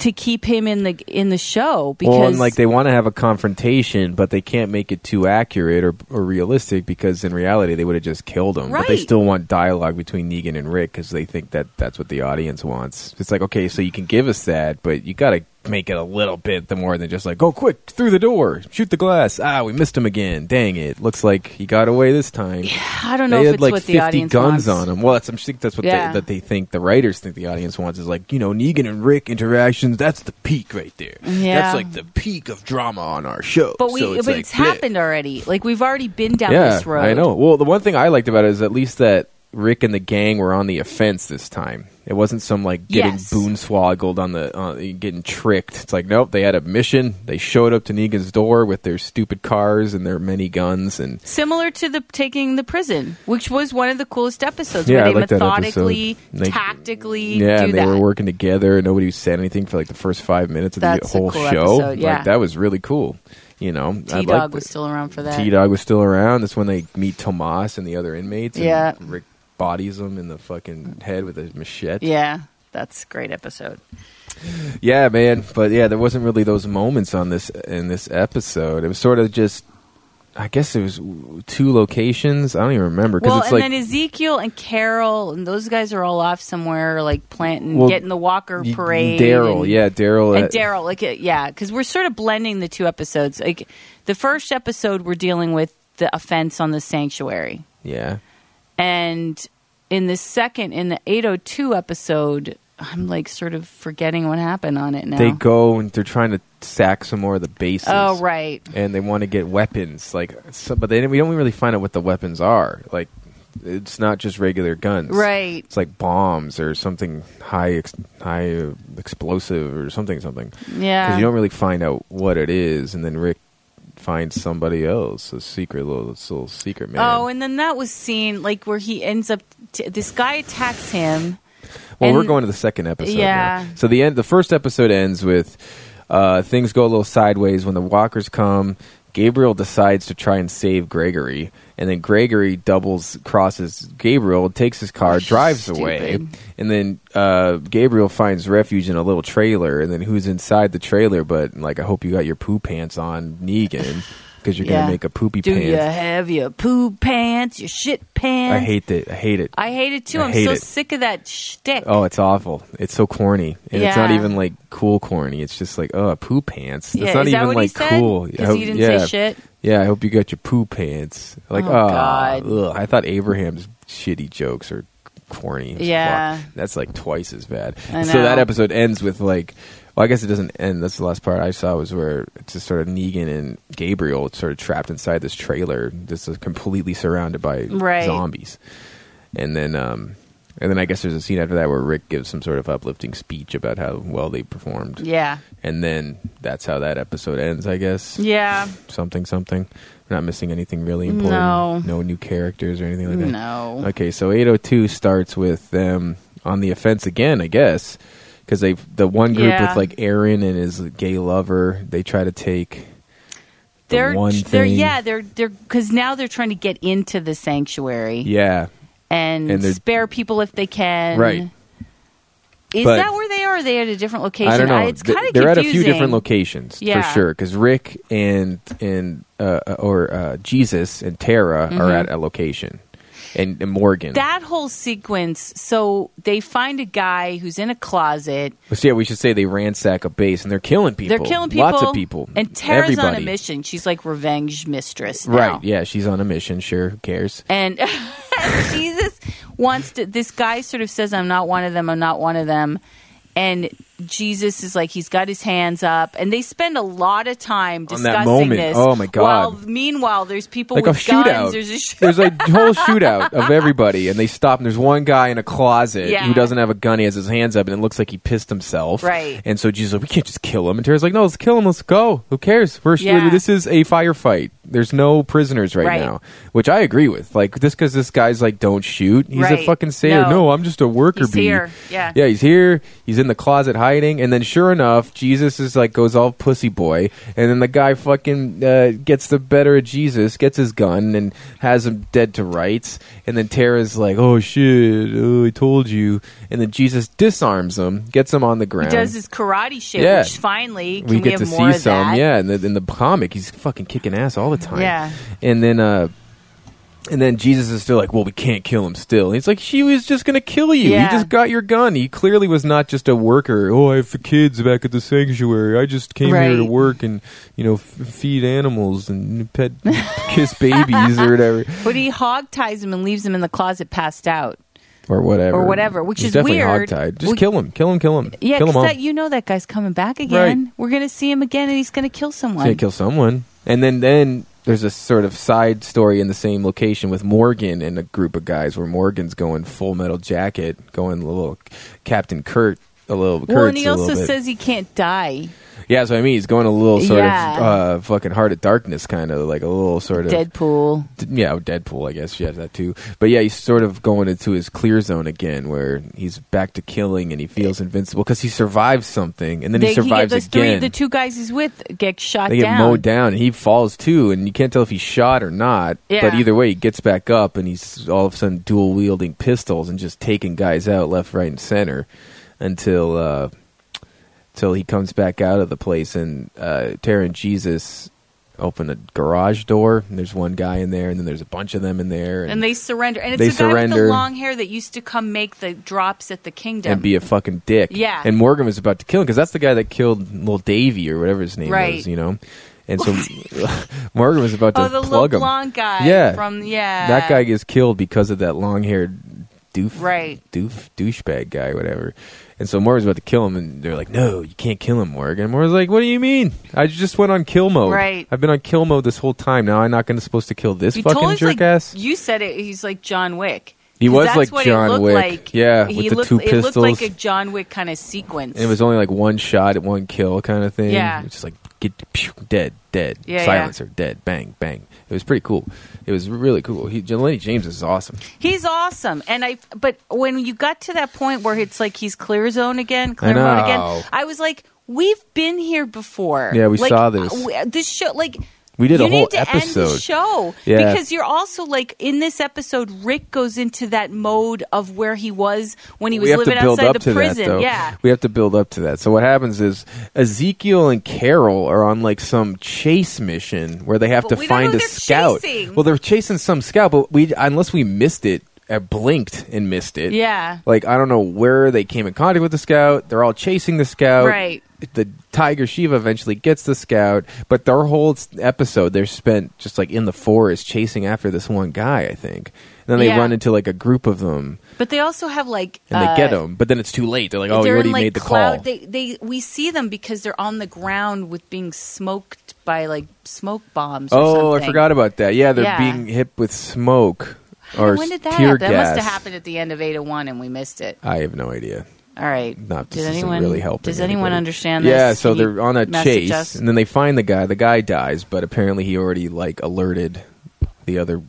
Speaker 2: to keep him in the in the show because
Speaker 1: Well, and like they want to have a confrontation, but they can't make it too accurate or, or realistic because in reality they would have just killed him. But they
Speaker 2: Right.
Speaker 1: still want dialogue between Negan and Rick because they think that that's what the audience wants. It's like okay, so you can give us that, but you got to make it a little bit the more than just like go quick through the door, shoot the glass. Ah, we missed him again. Dang it! Looks like he got away this time.
Speaker 2: I don't know
Speaker 1: they
Speaker 2: if
Speaker 1: had
Speaker 2: it's
Speaker 1: like
Speaker 2: what the
Speaker 1: 50
Speaker 2: audience
Speaker 1: guns
Speaker 2: wants.
Speaker 1: on them. Well, that's, I think that's what
Speaker 2: Yeah.
Speaker 1: they, that they think the writers think the audience wants is like you know Negan and Rick interactions. That's the peak right there.
Speaker 2: Yeah.
Speaker 1: that's like the peak of drama on our show.
Speaker 2: But we
Speaker 1: so it's
Speaker 2: but
Speaker 1: like,
Speaker 2: it's
Speaker 1: bleh.
Speaker 2: happened already. Like we've already been down
Speaker 1: Yeah,
Speaker 2: this road.
Speaker 1: I know. Well, the one thing I liked about it is at least that Rick and the gang were on the offense this time. It wasn't some like getting
Speaker 2: Yes.
Speaker 1: boonswoggled on the uh, getting tricked. It's like nope, they had a mission. They showed up to Negan's door with their stupid cars and their many guns and
Speaker 2: similar to the taking the prison, which was one of the coolest episodes
Speaker 1: Yeah, I
Speaker 2: where they
Speaker 1: like that episode.
Speaker 2: methodically,
Speaker 1: Like-
Speaker 2: tactically
Speaker 1: Yeah,
Speaker 2: do
Speaker 1: and they
Speaker 2: that.
Speaker 1: were working together, and nobody said anything for like the first five minutes of
Speaker 2: That's a
Speaker 1: the whole
Speaker 2: cool
Speaker 1: show.
Speaker 2: episode, yeah.
Speaker 1: Like that was really cool. You know,
Speaker 2: T Dog was still around for that.
Speaker 1: T Dog was still around. That's when they meet Tomas and the other inmates. And
Speaker 2: Yeah.
Speaker 1: Rick bodies them in the fucking head with a machete.
Speaker 2: Yeah, that's a great episode.
Speaker 1: Yeah, man. But yeah, there wasn't really those moments on this in this episode. It was sort of just. I guess it was two locations. I don't even remember because
Speaker 2: Well,
Speaker 1: it's
Speaker 2: and
Speaker 1: like
Speaker 2: then Ezekiel and Carol and those guys are all off somewhere, like planting,
Speaker 1: Well,
Speaker 2: getting the Walker
Speaker 1: y-
Speaker 2: parade.
Speaker 1: Daryl,
Speaker 2: and-
Speaker 1: yeah, Daryl,
Speaker 2: and
Speaker 1: uh,
Speaker 2: Daryl, like uh, yeah, because we're sort of blending the two episodes. Like the first episode, we're dealing with the offense on the sanctuary.
Speaker 1: yeah.
Speaker 2: And in the second, in the 802 episode, I'm like sort of forgetting what happened on it now.
Speaker 1: They go and they're trying to sack some more of the bases.
Speaker 2: oh, right.
Speaker 1: and they want to get weapons like so, but they didn't- we don't really find out what the weapons are like it's not just regular guns
Speaker 2: Right.
Speaker 1: it's like bombs or something high ex- high uh, explosive or something something
Speaker 2: Yeah.
Speaker 1: you don't really find out what it is and then rick finds somebody else a secret little, this little secret man
Speaker 2: oh, and then that was seen like where he ends up, t- this guy attacks him.
Speaker 1: Well, we're
Speaker 2: And-
Speaker 1: going to the second episode.
Speaker 2: Yeah.
Speaker 1: now. So the end, the first episode ends with uh, things go a little sideways when the walkers come. Gabriel decides to try and save Gregory, and then Gregory doubles crosses Gabriel, takes his car, drives away,
Speaker 2: Stupid.
Speaker 1: and then uh, Gabriel finds refuge in a little trailer. And then who's inside the trailer? But like, I hope you got your poo pants on, Negan, because you're
Speaker 2: Yeah.
Speaker 1: gonna make a poopy
Speaker 2: Do
Speaker 1: pants.
Speaker 2: you have your poo pants, your shit pants?
Speaker 1: I hate it. I hate it.
Speaker 2: I hate it too.
Speaker 1: I
Speaker 2: I'm
Speaker 1: hate
Speaker 2: so
Speaker 1: it.
Speaker 2: sick of that shtick.
Speaker 1: Oh, it's awful. It's so corny. And it's not
Speaker 2: Yeah.
Speaker 1: even like cool corny. It's just like, oh, poo pants.
Speaker 2: yeah,
Speaker 1: it's not
Speaker 2: is
Speaker 1: even
Speaker 2: that what
Speaker 1: like
Speaker 2: he said?
Speaker 1: cool. I
Speaker 2: Because
Speaker 1: hope-
Speaker 2: he didn't
Speaker 1: yeah.
Speaker 2: say shit.
Speaker 1: Yeah, I hope you got your poo pants. Like,
Speaker 2: Oh,
Speaker 1: oh,
Speaker 2: God.
Speaker 1: ugh. I thought Abraham's shitty jokes are corny. as
Speaker 2: Yeah.
Speaker 1: fuck. That's like twice as bad.
Speaker 2: I
Speaker 1: So that
Speaker 2: know.
Speaker 1: episode ends with like well, I guess it doesn't end. That's the last part I saw was where it's just sort of Negan and Gabriel sort of trapped inside this trailer, just uh, completely surrounded by
Speaker 2: Right.
Speaker 1: zombies. And then um And then I guess there's a scene after that where Rick gives some sort of uplifting speech about how well they performed.
Speaker 2: Yeah.
Speaker 1: And then that's how that episode ends, I guess.
Speaker 2: Yeah.
Speaker 1: Something, something. We're not missing anything really important.
Speaker 2: No.
Speaker 1: new characters or anything like that.
Speaker 2: No.
Speaker 1: Okay, so 802 starts with them on the offense again, I guess, because they the one group
Speaker 2: Yeah.
Speaker 1: with like Aaron and his gay lover, they try to take. the
Speaker 2: they're
Speaker 1: one
Speaker 2: they're
Speaker 1: thing-
Speaker 2: yeah they're they're because now they're trying to get into the sanctuary
Speaker 1: Yeah,
Speaker 2: and,
Speaker 1: And they're-
Speaker 2: spare people if they can.
Speaker 1: Right.
Speaker 2: Is
Speaker 1: But-
Speaker 2: that where they are? Or are they at a different location?
Speaker 1: I don't know.
Speaker 2: it's
Speaker 1: They-
Speaker 2: kind of
Speaker 1: They're
Speaker 2: confusing.
Speaker 1: at a few different locations
Speaker 2: Yeah.
Speaker 1: for sure. Because Rick and and uh, or uh, Jesus and Tara are at a location, and, and Morgan.
Speaker 2: Mm-hmm. That whole sequence. So they find a guy who's in a closet.
Speaker 1: But yeah, we should say they ransack a base and they're killing people.
Speaker 2: They're killing people.
Speaker 1: Lots of people.
Speaker 2: And Tara's on
Speaker 1: Everybody.
Speaker 2: a mission. She's like revenge mistress. now.
Speaker 1: Right? Yeah, she's on a mission. Sure, who cares?
Speaker 2: And Jesus wants to. This guy sort of says, "I'm not one of them. I'm not one of them." And Jesus is like, he's got his hands up, and they spend a lot of time
Speaker 1: On
Speaker 2: discussing
Speaker 1: that moment.
Speaker 2: this.
Speaker 1: Oh, my God.
Speaker 2: While meanwhile, there's people
Speaker 1: like a
Speaker 2: with
Speaker 1: shootout.
Speaker 2: guns. There's a shootout.
Speaker 1: There's a whole shootout of everybody, and they stop. And there's one guy in a closet
Speaker 2: Yeah.
Speaker 1: who doesn't have a gun. He has his hands up, and it looks like he pissed himself.
Speaker 2: Right.
Speaker 1: And so Jesus, is like, we can't just kill him. And Tara's like, no, let's kill him. Let's go. Who cares? We're
Speaker 2: Yeah.
Speaker 1: this is a firefight. There's no prisoners right,
Speaker 2: Right.
Speaker 1: now, which I agree with. Like this, because this guy's like, don't shoot. He's a
Speaker 2: Right.
Speaker 1: fucking sailor.
Speaker 2: No.
Speaker 1: No. I'm just a worker
Speaker 2: He's
Speaker 1: bee.
Speaker 2: here. Yeah.
Speaker 1: Yeah, he's here. He's in the closet hiding, and then sure enough, Jesus is like goes all pussy boy, and then the guy fucking uh, gets the better of Jesus, gets his gun, and has him dead to rights. And then Tara's like, "Oh shit, oh, I told you." And then Jesus disarms him, gets him on the
Speaker 2: He
Speaker 1: ground.
Speaker 2: does his karate shit,
Speaker 1: Yeah.
Speaker 2: which finally can
Speaker 1: we
Speaker 2: we,
Speaker 1: get
Speaker 2: have
Speaker 1: to
Speaker 2: more
Speaker 1: see
Speaker 2: of that?
Speaker 1: some, yeah. And then in the comic, he's fucking kicking ass all the time.
Speaker 2: Yeah.
Speaker 1: and then. uh and then Jesus is still like, "Well, we can't kill him still." And he's like, "She was just gonna kill you.
Speaker 2: Yeah.
Speaker 1: He just got your gun. He clearly was not just a worker. Oh, I have the kids back at the sanctuary. I just came here to
Speaker 2: Right.
Speaker 1: work and you know f- feed animals and pet, kiss babies or whatever
Speaker 2: But he hog ties him and leaves him in the closet, passed out.
Speaker 1: or whatever
Speaker 2: Or whatever, which
Speaker 1: He's
Speaker 2: is
Speaker 1: definitely
Speaker 2: weird.
Speaker 1: hogtied. Just
Speaker 2: We-
Speaker 1: kill him, kill him, kill him,
Speaker 2: Yeah,
Speaker 1: kill him
Speaker 2: because
Speaker 1: all.
Speaker 2: that you know that guy's coming back again.
Speaker 1: Right.
Speaker 2: We're gonna see him again, and he's gonna kill someone.
Speaker 1: They kill someone, and then then there's a sort of side story in the same location with Morgan and a group of guys where Morgan's going full metal jacket, going a little Captain Kurt, a little.
Speaker 2: well, and
Speaker 1: Kurtz
Speaker 2: he
Speaker 1: a little
Speaker 2: also
Speaker 1: bit.
Speaker 2: says he can't die.
Speaker 1: "Yeah, that's what I mean." He's going a little sort
Speaker 2: Yeah.
Speaker 1: of uh, fucking Heart of Darkness, kind of like a little sort of
Speaker 2: Deadpool.
Speaker 1: D- yeah, oh, Deadpool, I guess. Yeah, that too. But yeah, he's sort of going into his clear zone again, where he's back to killing and he feels invincible because he survives something, and then
Speaker 2: They-
Speaker 1: he
Speaker 2: he get-
Speaker 1: survives
Speaker 2: those three-
Speaker 1: again.
Speaker 2: the two guys he's with get shot
Speaker 1: they get
Speaker 2: down.
Speaker 1: mowed down and he falls too and you can't tell if he's shot or not
Speaker 2: Yeah.
Speaker 1: but either way he gets back up and he's all of a sudden dual wielding pistols and just taking guys out left right and center until uh till he comes back out of the place and uh Tara and Jesus open a garage door and there's one guy in there and then there's a bunch of them in there and,
Speaker 2: And they surrender. And it's
Speaker 1: They
Speaker 2: a guy with the
Speaker 1: surrender.
Speaker 2: long hair that used to come make the drops at the kingdom.
Speaker 1: and be a fucking dick.
Speaker 2: Yeah.
Speaker 1: And Morgan was about to kill him because that's the guy that killed little Davy or whatever his name
Speaker 2: Right.
Speaker 1: was, you know. And so Morgan was about to
Speaker 2: oh, the
Speaker 1: plug
Speaker 2: little
Speaker 1: him.
Speaker 2: blonde guy.
Speaker 1: Yeah.
Speaker 2: From yeah.
Speaker 1: that guy gets killed because of that long haired doof,
Speaker 2: Right.
Speaker 1: doof, douchebag guy, whatever. And so Morgan's about to kill him, and they're like, "No, you can't kill him, Morgan." And Morgan's like, "What do you mean? I just went on kill mode.
Speaker 2: Right.
Speaker 1: I've been on kill mode this whole time. Now I'm not going to supposed to kill this
Speaker 2: You told
Speaker 1: fucking
Speaker 2: us,
Speaker 1: jerk
Speaker 2: like,
Speaker 1: ass."
Speaker 2: You said it. He's like John Wick.
Speaker 1: He
Speaker 2: 'Cause
Speaker 1: was
Speaker 2: that's
Speaker 1: like
Speaker 2: what
Speaker 1: John
Speaker 2: it looked
Speaker 1: Wick.
Speaker 2: Like.
Speaker 1: Yeah,
Speaker 2: he
Speaker 1: with the
Speaker 2: looked,
Speaker 1: two
Speaker 2: It looked like
Speaker 1: pistols.
Speaker 2: a John Wick kind of sequence.
Speaker 1: And it was only like one shot at one kill kind of thing.
Speaker 2: Yeah.
Speaker 1: It was just like get pew, dead, dead,
Speaker 2: Yeah,
Speaker 1: silencer, dead, bang, bang. It was pretty cool. It was really cool. He, Jelani James is awesome.
Speaker 2: He's awesome, and I. But when you got to that point where it's like he's clear zone again, clear mode
Speaker 1: know.
Speaker 2: again, I was like, "We've been here before."
Speaker 1: Yeah, we
Speaker 2: Like,
Speaker 1: saw this.
Speaker 2: uh, we- This show, like,
Speaker 1: We did
Speaker 2: you
Speaker 1: a whole
Speaker 2: need to end the
Speaker 1: episode.
Speaker 2: show
Speaker 1: Yeah.
Speaker 2: because you're also like in this episode. Rick goes into that mode of where he was when he was
Speaker 1: we have
Speaker 2: living
Speaker 1: to build
Speaker 2: outside
Speaker 1: up
Speaker 2: the
Speaker 1: to
Speaker 2: prison.
Speaker 1: that, though.
Speaker 2: Yeah,
Speaker 1: We have to build up to that. So what happens is Ezekiel and Carol are on like some chase mission where they have
Speaker 2: But
Speaker 1: to
Speaker 2: we don't
Speaker 1: find
Speaker 2: know
Speaker 1: a
Speaker 2: they're
Speaker 1: scout.
Speaker 2: chasing.
Speaker 1: Well, they're chasing some scout, but we unless we missed it, I blinked and missed it.
Speaker 2: Yeah.
Speaker 1: Like I don't know where they came in contact with the scout. They're all chasing the scout.
Speaker 2: Right.
Speaker 1: The Tiger Shiva eventually gets the scout, but their whole s- episode they're spent just like in the forest chasing after this one guy. I think. And then they
Speaker 2: Yeah.
Speaker 1: run into like a group of them,
Speaker 2: but they also have like
Speaker 1: and they get
Speaker 2: uh,
Speaker 1: them, but then it's too late. They're like, "Oh, you
Speaker 2: they're
Speaker 1: already
Speaker 2: in, like,
Speaker 1: made the
Speaker 2: cloud.
Speaker 1: call."
Speaker 2: They, they, we see them because they're on the ground with being smoked by like smoke bombs.
Speaker 1: oh, I
Speaker 2: something.
Speaker 1: forgot about that. Yeah, they're
Speaker 2: Yeah.
Speaker 1: being hit with smoke. Or
Speaker 2: when did that
Speaker 1: tear
Speaker 2: happen? That must
Speaker 1: gas.
Speaker 2: have happened at the end of 801 and we missed it.
Speaker 1: I have no idea.
Speaker 2: All right.
Speaker 1: Not
Speaker 2: Does
Speaker 1: this isn't
Speaker 2: anyone
Speaker 1: really helping.
Speaker 2: Does anyone
Speaker 1: anybody.
Speaker 2: understand this?
Speaker 1: Yeah, so
Speaker 2: Can you
Speaker 1: they're on a
Speaker 2: message
Speaker 1: chase,
Speaker 2: us?
Speaker 1: and then they find the guy. The guy dies, but apparently he already like alerted the other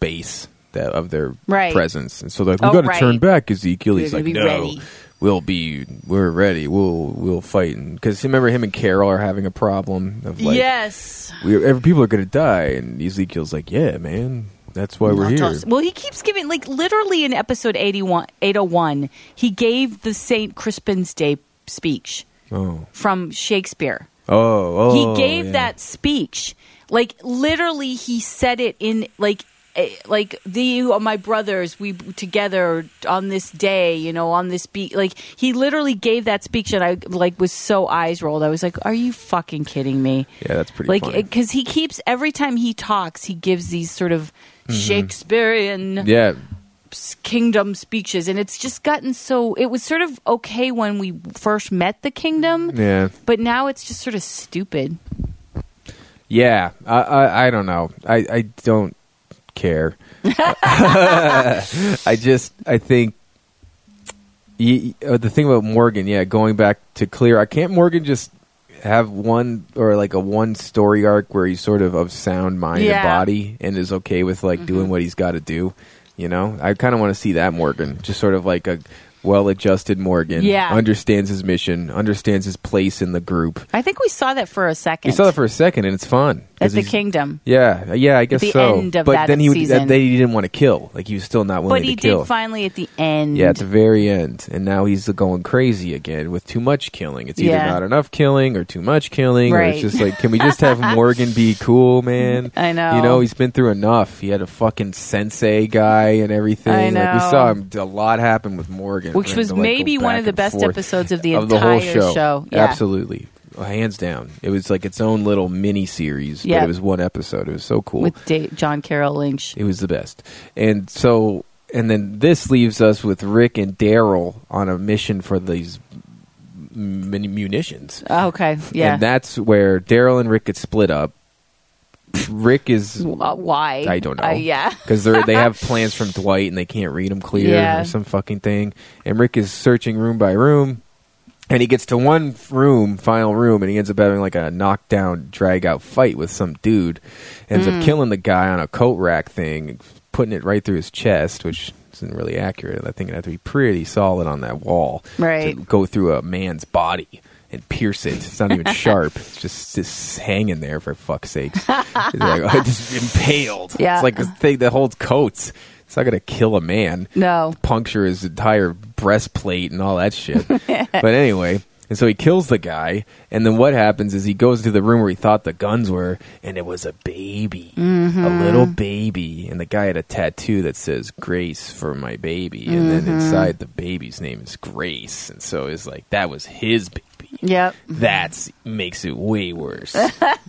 Speaker 1: base that of their
Speaker 2: Right.
Speaker 1: presence, and so they're like, "We
Speaker 2: Oh,
Speaker 1: got to
Speaker 2: right.
Speaker 1: turn back, Ezekiel."
Speaker 2: We're
Speaker 1: He's
Speaker 2: gonna
Speaker 1: like,
Speaker 2: be
Speaker 1: "No,
Speaker 2: ready."
Speaker 1: we'll be, we're ready. We'll, we'll fight." Because remember, him and Carol are having a problem of like,
Speaker 2: yes.
Speaker 1: we, every, people are going to die, and Ezekiel's like, "Yeah, man, that's why we're
Speaker 2: I'll
Speaker 1: here."
Speaker 2: tell us- Well, he keeps giving, like, literally in episode 81, 801, he gave the St. Crispin's Day speech
Speaker 1: Oh,
Speaker 2: from Shakespeare.
Speaker 1: oh, oh!
Speaker 2: he gave
Speaker 1: yeah.
Speaker 2: that speech. Like, literally, he said it in, like, eh, like the you are my brothers we b- together on this day you know on this beat like he literally gave that speech and i like was so eyes rolled i was like are you fucking kidding me
Speaker 1: Yeah, that's pretty.
Speaker 2: like
Speaker 1: funny.
Speaker 2: because he keeps every time he talks he gives these sort of
Speaker 1: Mm-hmm.
Speaker 2: shakespearean
Speaker 1: yeah,
Speaker 2: s- kingdom speeches and it's just gotten so it was sort of okay when we first met the kingdom
Speaker 1: yeah.
Speaker 2: but now it's just sort of stupid
Speaker 1: Yeah, I, I, I don't know. I, I don't care. I just I think y y- uh, the thing about Morgan, yeah, going back to clear, I can't Morgan just have one or like a one story arc where he's sort of of sound mind
Speaker 2: Yeah. Mm-hmm.
Speaker 1: and body and is okay with like doing what he's got to do. You know, I kind of want to see that Morgan, just sort of like a well-adjusted Morgan,
Speaker 2: Yeah.
Speaker 1: understands his mission, understands his place in the group.
Speaker 2: i think we saw that for a second
Speaker 1: We saw that for a second, and it's fun. 'cause
Speaker 2: at the
Speaker 1: he's-
Speaker 2: kingdom
Speaker 1: yeah, yeah, I guess
Speaker 2: the
Speaker 1: so.
Speaker 2: end of
Speaker 1: but
Speaker 2: that
Speaker 1: then he would,
Speaker 2: season.
Speaker 1: then he didn't want to kill. Like he was still not willing
Speaker 2: but he
Speaker 1: to kill.
Speaker 2: did finally at the end
Speaker 1: yeah, at the very end, and now he's going crazy again with too much killing. It's either
Speaker 2: Yeah.
Speaker 1: not enough killing or too much killing, or it's
Speaker 2: Right.
Speaker 1: just like, can we just have Morgan be cool, man?
Speaker 2: I know.
Speaker 1: You know, he's been through enough. He had a fucking sensei guy and everything.
Speaker 2: I
Speaker 1: Like we
Speaker 2: know.
Speaker 1: saw him, a lot happen with Morgan,
Speaker 2: which
Speaker 1: for him
Speaker 2: was
Speaker 1: to, like, go
Speaker 2: maybe one
Speaker 1: back
Speaker 2: of the
Speaker 1: and
Speaker 2: best
Speaker 1: forth
Speaker 2: episodes of the
Speaker 1: of the
Speaker 2: entire
Speaker 1: whole show.
Speaker 2: Yeah.
Speaker 1: Absolutely. Hands down, it was like its own little mini series,
Speaker 2: Yeah.
Speaker 1: but it was one episode. It was so cool.
Speaker 2: with Da- john carroll lynch
Speaker 1: It was the best. And so, and then this leaves us with Rick and Daryl on a mission for these m- munitions.
Speaker 2: okay yeah
Speaker 1: And that's where Daryl and Rick get split up. Rick is.
Speaker 2: Wh- why
Speaker 1: I don't know.
Speaker 2: Uh, yeah
Speaker 1: Because they they have plans from Dwight and they can't read them clear
Speaker 2: Yeah.
Speaker 1: or some fucking thing. And Rick is searching room by room. And he gets to one room, final room, and he ends up having like a knockdown, drag out fight with some dude. Ends
Speaker 2: Mm.
Speaker 1: up killing the guy on a coat rack thing, putting it right through his chest, which isn't really accurate. I think it had to be pretty solid on that wall
Speaker 2: Right.
Speaker 1: to go through a man's body and pierce it. It's not even sharp. It's just, just hanging there for fuck's sake. It's like, "Oh, just impaled.
Speaker 2: Yeah.
Speaker 1: It's like this thing that holds coats. It's not going to kill a man
Speaker 2: no
Speaker 1: puncture his entire breastplate and all that shit. but anyway, and so he kills the guy, and then what happens is he goes into the room where he thought the guns were, and it was a baby, a
Speaker 2: Mm-hmm.
Speaker 1: little baby, and the guy had a tattoo that says "Grace for my baby," and
Speaker 2: Mm-hmm.
Speaker 1: then inside the baby's name is Grace, and so it's like that was his baby.
Speaker 2: yep
Speaker 1: That makes it way worse.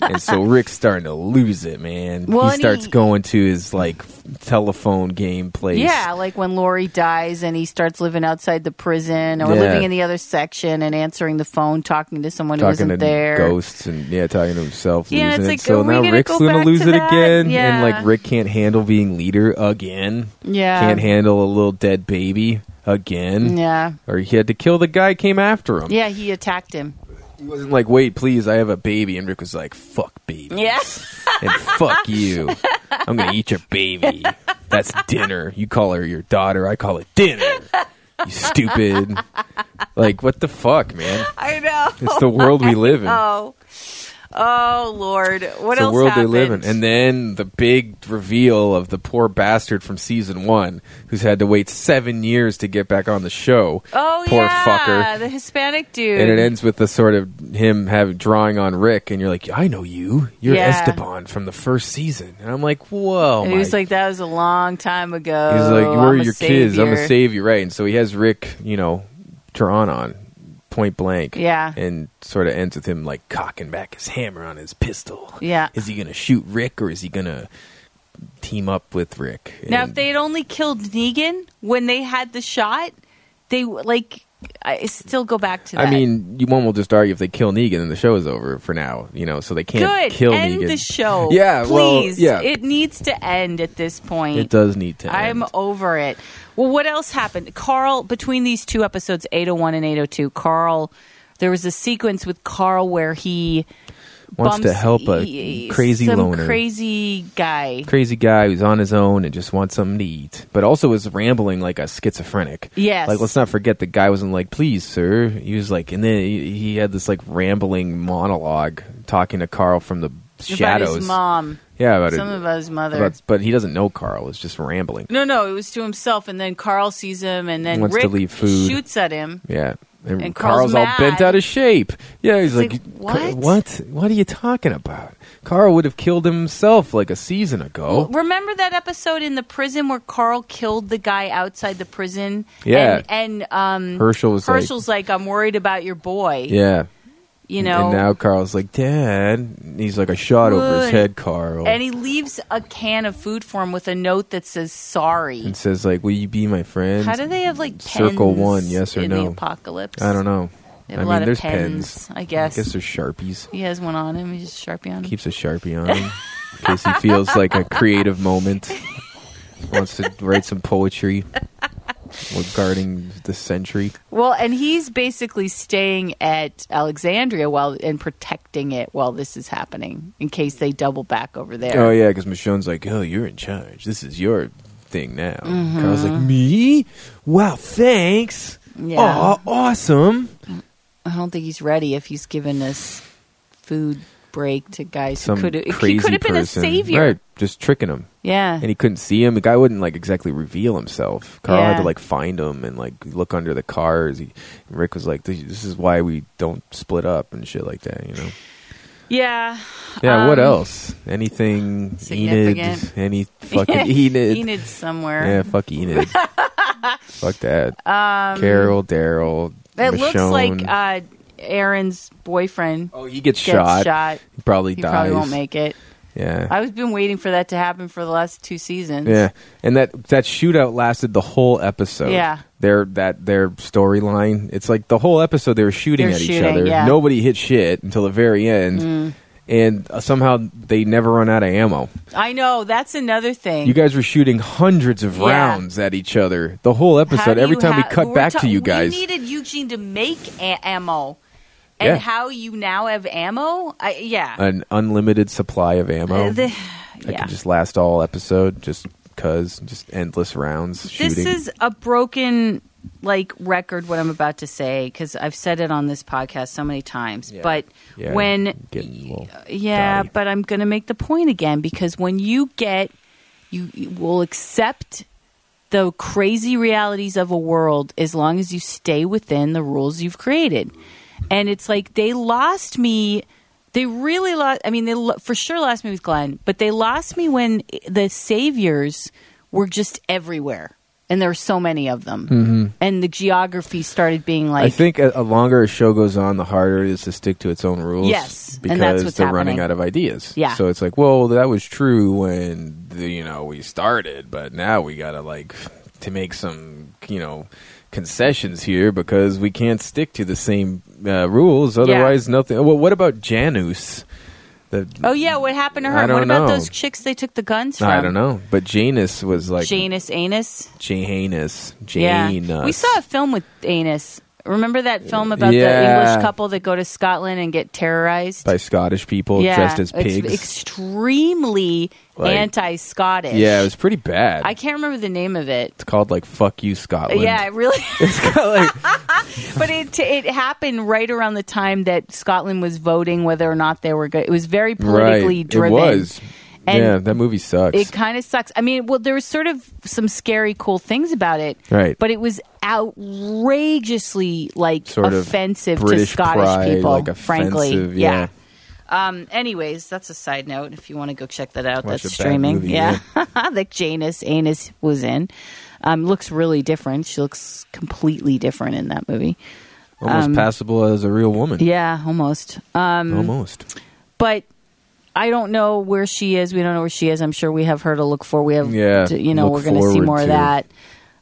Speaker 1: and so Rick's starting to lose it, man.
Speaker 2: Well, and
Speaker 1: he starts
Speaker 2: he-
Speaker 1: going to his like telephone game place.
Speaker 2: Yeah, like when Lori dies and he starts living outside the prison or
Speaker 1: Yeah.
Speaker 2: living in the other section and answering the phone, talking to someone who
Speaker 1: talking
Speaker 2: isn't
Speaker 1: to
Speaker 2: there.
Speaker 1: ghosts and yeah, talking to himself.
Speaker 2: Yeah,
Speaker 1: losing
Speaker 2: it's
Speaker 1: it.
Speaker 2: like,
Speaker 1: so
Speaker 2: are we
Speaker 1: now
Speaker 2: gonna
Speaker 1: Rick's
Speaker 2: go
Speaker 1: gonna
Speaker 2: back
Speaker 1: lose
Speaker 2: to
Speaker 1: it
Speaker 2: that?
Speaker 1: again, and
Speaker 2: Yeah.
Speaker 1: like Rick can't handle being leader again.
Speaker 2: Yeah.
Speaker 1: can't handle a little dead baby again.
Speaker 2: Yeah.
Speaker 1: Or he had to kill the guy who came after him.
Speaker 2: Yeah, he attacked him.
Speaker 1: He wasn't like, wait, please, I have a baby. And Rick was like, fuck babies.
Speaker 2: Yeah.
Speaker 1: and fuck you. I'm going to eat your baby. That's dinner. You call her your daughter. I call it dinner. You stupid. Like, what the fuck, man?
Speaker 2: I know.
Speaker 1: It's the world we live in.
Speaker 2: Oh. Oh Lord. What
Speaker 1: It's the
Speaker 2: else
Speaker 1: world
Speaker 2: happened?
Speaker 1: they live in. And then the big reveal of the poor bastard from season one who's had to wait seven years to get back on the show.
Speaker 2: oh
Speaker 1: poor
Speaker 2: yeah,
Speaker 1: fucker.
Speaker 2: the Hispanic dude.
Speaker 1: And it ends with the sort of him have drawing on Rick, and you're like, I know you. You're
Speaker 2: Yeah.
Speaker 1: Esteban from the first season. And I'm like, whoa. Oh
Speaker 2: And
Speaker 1: my
Speaker 2: he was like, "That was a long time ago."
Speaker 1: He's like, where
Speaker 2: "Oh, I'm
Speaker 1: are
Speaker 2: a
Speaker 1: your kids? I'm
Speaker 2: savior."
Speaker 1: a savior, right? And so he has Rick, you know, drawn on point blank.
Speaker 2: Yeah.
Speaker 1: And sort of ends with him like cocking back his hammer on his pistol.
Speaker 2: Yeah.
Speaker 1: Is he going to shoot Rick or is he going to team up with Rick?
Speaker 2: Now,
Speaker 1: And-
Speaker 2: if they had only killed Negan when they had the shot, they like I still go back to. That.
Speaker 1: I mean, you, one will just argue if they kill Negan, then the show is over for now. You know, so they can't
Speaker 2: good.
Speaker 1: kill
Speaker 2: end
Speaker 1: Negan.
Speaker 2: the show.
Speaker 1: Yeah, well,
Speaker 2: please.
Speaker 1: yeah.
Speaker 2: It needs to end at this point.
Speaker 1: It does need to.
Speaker 2: I'm
Speaker 1: end.
Speaker 2: over it. Well, what else happened? Carl, between these two episodes, 801 and 802, Carl, there was a sequence with Carl where he
Speaker 1: wants
Speaker 2: bumps
Speaker 1: to help a
Speaker 2: e-
Speaker 1: crazy
Speaker 2: some
Speaker 1: loner,
Speaker 2: crazy guy.
Speaker 1: crazy guy who's on his own and just wants something to eat, but also is rambling like a schizophrenic.
Speaker 2: Yes.
Speaker 1: Like, let's not forget the guy wasn't like, please, sir. He was like, and then he, he had this like rambling monologue talking to Carl from the shadows.
Speaker 2: About his mom.
Speaker 1: Yeah, about
Speaker 2: Some
Speaker 1: it.
Speaker 2: about his mother.
Speaker 1: But, but he doesn't know Carl. It's just rambling.
Speaker 2: no, no, it was to himself, and then Carl sees him, and then
Speaker 1: Wants to
Speaker 2: Rick
Speaker 1: leave food.
Speaker 2: shoots at him.
Speaker 1: Yeah. And,
Speaker 2: And Carl's
Speaker 1: Carl's, all bent
Speaker 2: mad.
Speaker 1: out of shape. Yeah, he's
Speaker 2: He's
Speaker 1: like,
Speaker 2: like,
Speaker 1: "Ca-
Speaker 2: "What?"
Speaker 1: what? What are you talking about? Carl would have killed himself like a season ago.
Speaker 2: Remember that episode in the prison where Carl killed the guy outside the prison?
Speaker 1: Yeah.
Speaker 2: And, and um,
Speaker 1: Herschel was like-
Speaker 2: Herschel's like, I'm worried about your boy.
Speaker 1: Yeah.
Speaker 2: You know?
Speaker 1: And now Carl's like, Dad. And He's like, I shot over his
Speaker 2: Would-
Speaker 1: head, Carl.
Speaker 2: and he leaves a can of food for him with a note that says sorry.
Speaker 1: and says, like, will you be my friend?
Speaker 2: How do they have like pens
Speaker 1: Circle one, yes or
Speaker 2: in the
Speaker 1: no?
Speaker 2: apocalypse?
Speaker 1: I don't know.
Speaker 2: They have
Speaker 1: I
Speaker 2: a
Speaker 1: mean,
Speaker 2: lot of
Speaker 1: there's
Speaker 2: pens, I guess.
Speaker 1: I guess there's Sharpies.
Speaker 2: He has one on him. He's just sharpie on. Him.
Speaker 1: Keeps a Sharpie on him in case he feels like a creative moment. Wants to write some poetry regarding the century.
Speaker 2: Well, and he's basically staying at Alexandria while and protecting it while this is happening in case they double back over there.
Speaker 1: Oh yeah, because Michonne's like, "Oh, you're in charge. This is your thing now."
Speaker 2: Mm-hmm.
Speaker 1: Carl's like, "Me? Wow, thanks.
Speaker 2: Yeah.
Speaker 1: Aw, awesome."
Speaker 2: I don't think he's ready if he's given this food break to guys
Speaker 1: Some
Speaker 2: who could have
Speaker 1: crazy
Speaker 2: he could have been
Speaker 1: person.
Speaker 2: a savior.
Speaker 1: right? Just tricking him,
Speaker 2: Yeah.
Speaker 1: and he couldn't see him. The guy wouldn't like exactly reveal himself. Carl had
Speaker 2: Yeah.
Speaker 1: to like find him and like look under the cars. He, Rick was like, "This this is why we don't split up and shit like that," you know.
Speaker 2: yeah.
Speaker 1: Yeah. what
Speaker 2: Um,
Speaker 1: else? Anything? Enid?
Speaker 2: significant.
Speaker 1: Any fucking Enid?
Speaker 2: Enid somewhere.
Speaker 1: Yeah, fuck Enid. fuck that. Um, Carol, Daryl.
Speaker 2: It looks like
Speaker 1: Michonne.
Speaker 2: uh, Aaron's boyfriend
Speaker 1: oh, he gets,
Speaker 2: gets shot.
Speaker 1: shot. He probably
Speaker 2: He
Speaker 1: dies.
Speaker 2: probably won't make it.
Speaker 1: yeah.
Speaker 2: I've been waiting for that to happen for the last two seasons.
Speaker 1: yeah, and that that shootout lasted the whole episode.
Speaker 2: Yeah.
Speaker 1: their that their storyline. It's like the whole episode they were shooting
Speaker 2: They're
Speaker 1: at
Speaker 2: shooting,
Speaker 1: each other.
Speaker 2: yeah. Mm.
Speaker 1: Nobody hit shit until the very end, and uh, somehow they never run out of ammo.
Speaker 2: I know. That's another thing.
Speaker 1: You guys were shooting hundreds of
Speaker 2: Yeah.
Speaker 1: rounds at each other the whole
Speaker 2: How
Speaker 1: episode.
Speaker 2: do
Speaker 1: Every
Speaker 2: you
Speaker 1: time
Speaker 2: ha-
Speaker 1: we cut
Speaker 2: we're
Speaker 1: back
Speaker 2: ta-
Speaker 1: to you guys,
Speaker 2: We needed Eugene to make a- ammo. And
Speaker 1: Yeah.
Speaker 2: how you now have ammo? I, yeah.
Speaker 1: an unlimited supply of ammo.
Speaker 2: Uh, the-
Speaker 1: I
Speaker 2: yeah.
Speaker 1: could just last all episode just cuz just endless rounds shooting.
Speaker 2: This is a broken like record what I'm about to say because I've said it on this podcast so many times.
Speaker 1: Yeah.
Speaker 2: But
Speaker 1: Yeah,
Speaker 2: when
Speaker 1: I'm getting a little
Speaker 2: yeah,
Speaker 1: dotty.
Speaker 2: but I'm going to make the point again because when you get you, you will accept the crazy realities of a world as long as you stay within the rules you've created. And it's like they lost me. They really lost. I mean, they lo- for sure lost me with Glenn, but they lost me when the saviors were just everywhere, and there were so many of them, and the geography started being like.
Speaker 1: Mm-hmm. I think a, a longer a show goes on, the harder it is to stick to its own rules.
Speaker 2: Yes,
Speaker 1: because
Speaker 2: and that's what's
Speaker 1: they're
Speaker 2: happening.
Speaker 1: running out of ideas.
Speaker 2: Yeah.
Speaker 1: so it's like, well, that was true when the, you know we started, but now we gotta like to make some you know concessions here because we can't stick to the same uh, rules. Otherwise, nothing. Well, what about Janus? The
Speaker 2: oh yeah, what happened to her?
Speaker 1: I
Speaker 2: what
Speaker 1: don't
Speaker 2: about
Speaker 1: know.
Speaker 2: those chicks they took the guns from?
Speaker 1: I don't know, but Janus was like
Speaker 2: Janus, anus.
Speaker 1: Janus.
Speaker 2: Yeah.
Speaker 1: Janus.
Speaker 2: We saw a film with anus. Remember that film about
Speaker 1: Yeah.
Speaker 2: the English couple that go to Scotland and get terrorized?
Speaker 1: by Scottish people
Speaker 2: yeah.
Speaker 1: dressed as
Speaker 2: It's
Speaker 1: pigs.
Speaker 2: extremely
Speaker 1: Like-
Speaker 2: anti-Scottish.
Speaker 1: yeah, it was pretty bad.
Speaker 2: I can't remember the name of it.
Speaker 1: it's called like "Fuck You Scotland."
Speaker 2: Yeah, it really.
Speaker 1: it's got like
Speaker 2: but it it happened right around the time that Scotland was voting whether or not they were good. It was very
Speaker 1: right.
Speaker 2: politically
Speaker 1: It
Speaker 2: driven.
Speaker 1: was.
Speaker 2: And
Speaker 1: yeah, that movie sucks.
Speaker 2: It kind of sucks. I mean, well, there was sort of some scary, cool things about it,
Speaker 1: Right.
Speaker 2: But it was outrageously like
Speaker 1: sort of
Speaker 2: offensive
Speaker 1: British
Speaker 2: to Scottish
Speaker 1: pride,
Speaker 2: people,
Speaker 1: like
Speaker 2: frankly.
Speaker 1: offensive, yeah.
Speaker 2: Um. Anyways, that's a side note. If you want to go check that out,
Speaker 1: Watch
Speaker 2: that's
Speaker 1: a bad
Speaker 2: streaming.
Speaker 1: movie,
Speaker 2: yeah, that Janus Anus was in. Um, looks really different. She looks completely different in that movie.
Speaker 1: almost
Speaker 2: Um,
Speaker 1: passable as a real woman.
Speaker 2: Yeah, almost. Um,
Speaker 1: almost.
Speaker 2: but I don't know where she is. We don't know where she is. I'm sure we have her to look for. We have,
Speaker 1: Yeah,
Speaker 2: to- you know,
Speaker 1: look
Speaker 2: we're going to see
Speaker 1: forward
Speaker 2: more of
Speaker 1: to.
Speaker 2: that.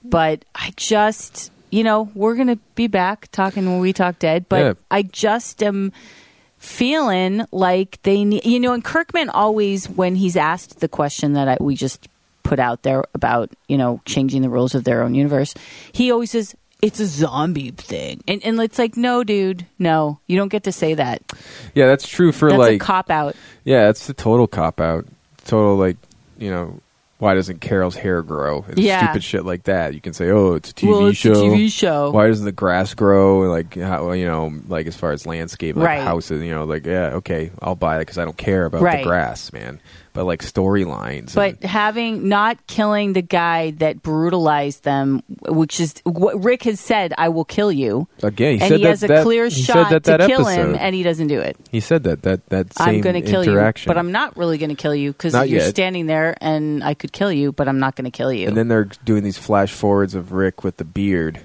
Speaker 2: But I just, you know, we're going to be back talking when we talk dead, but
Speaker 1: Yeah.
Speaker 2: I just am feeling like they need, you know, and Kirkman always, when he's asked the question that I, we just put out there about, you know, changing the rules of their own universe, he always says, it's a zombie thing. And, and it's like, no, dude, no, you don't get to say that.
Speaker 1: Yeah, that's true for
Speaker 2: That's a
Speaker 1: like
Speaker 2: cop out.
Speaker 1: Yeah, it's the total cop out. Total like, you know, why doesn't Carol's hair grow? It's
Speaker 2: Yeah.
Speaker 1: stupid shit like that. You can say, "Oh, it's a TV
Speaker 2: Well, it's a
Speaker 1: show."
Speaker 2: TV show.
Speaker 1: Why doesn't the grass grow? And, Like, how, you know, like as far as landscape, like
Speaker 2: Right.
Speaker 1: houses, you know, like yeah, okay, I'll buy it because I don't care about
Speaker 2: Right.
Speaker 1: the grass, man. But like storylines, and-
Speaker 2: But having not killing the guy that brutalized them, which is what Rick has said, I will kill you.
Speaker 1: again, he
Speaker 2: and
Speaker 1: said
Speaker 2: he
Speaker 1: that,
Speaker 2: has a
Speaker 1: that-
Speaker 2: clear
Speaker 1: he
Speaker 2: shot
Speaker 1: said that,
Speaker 2: to
Speaker 1: that
Speaker 2: kill
Speaker 1: episode,
Speaker 2: him, and he doesn't do it.
Speaker 1: he said that that that same
Speaker 2: I'm going to kill you,
Speaker 1: interaction.
Speaker 2: but I'm not really going to kill you because
Speaker 1: Not
Speaker 2: you're
Speaker 1: yet.
Speaker 2: standing there and I could kill you, but I'm not going to kill you.
Speaker 1: And then they're doing these flash forwards of Rick with the beard.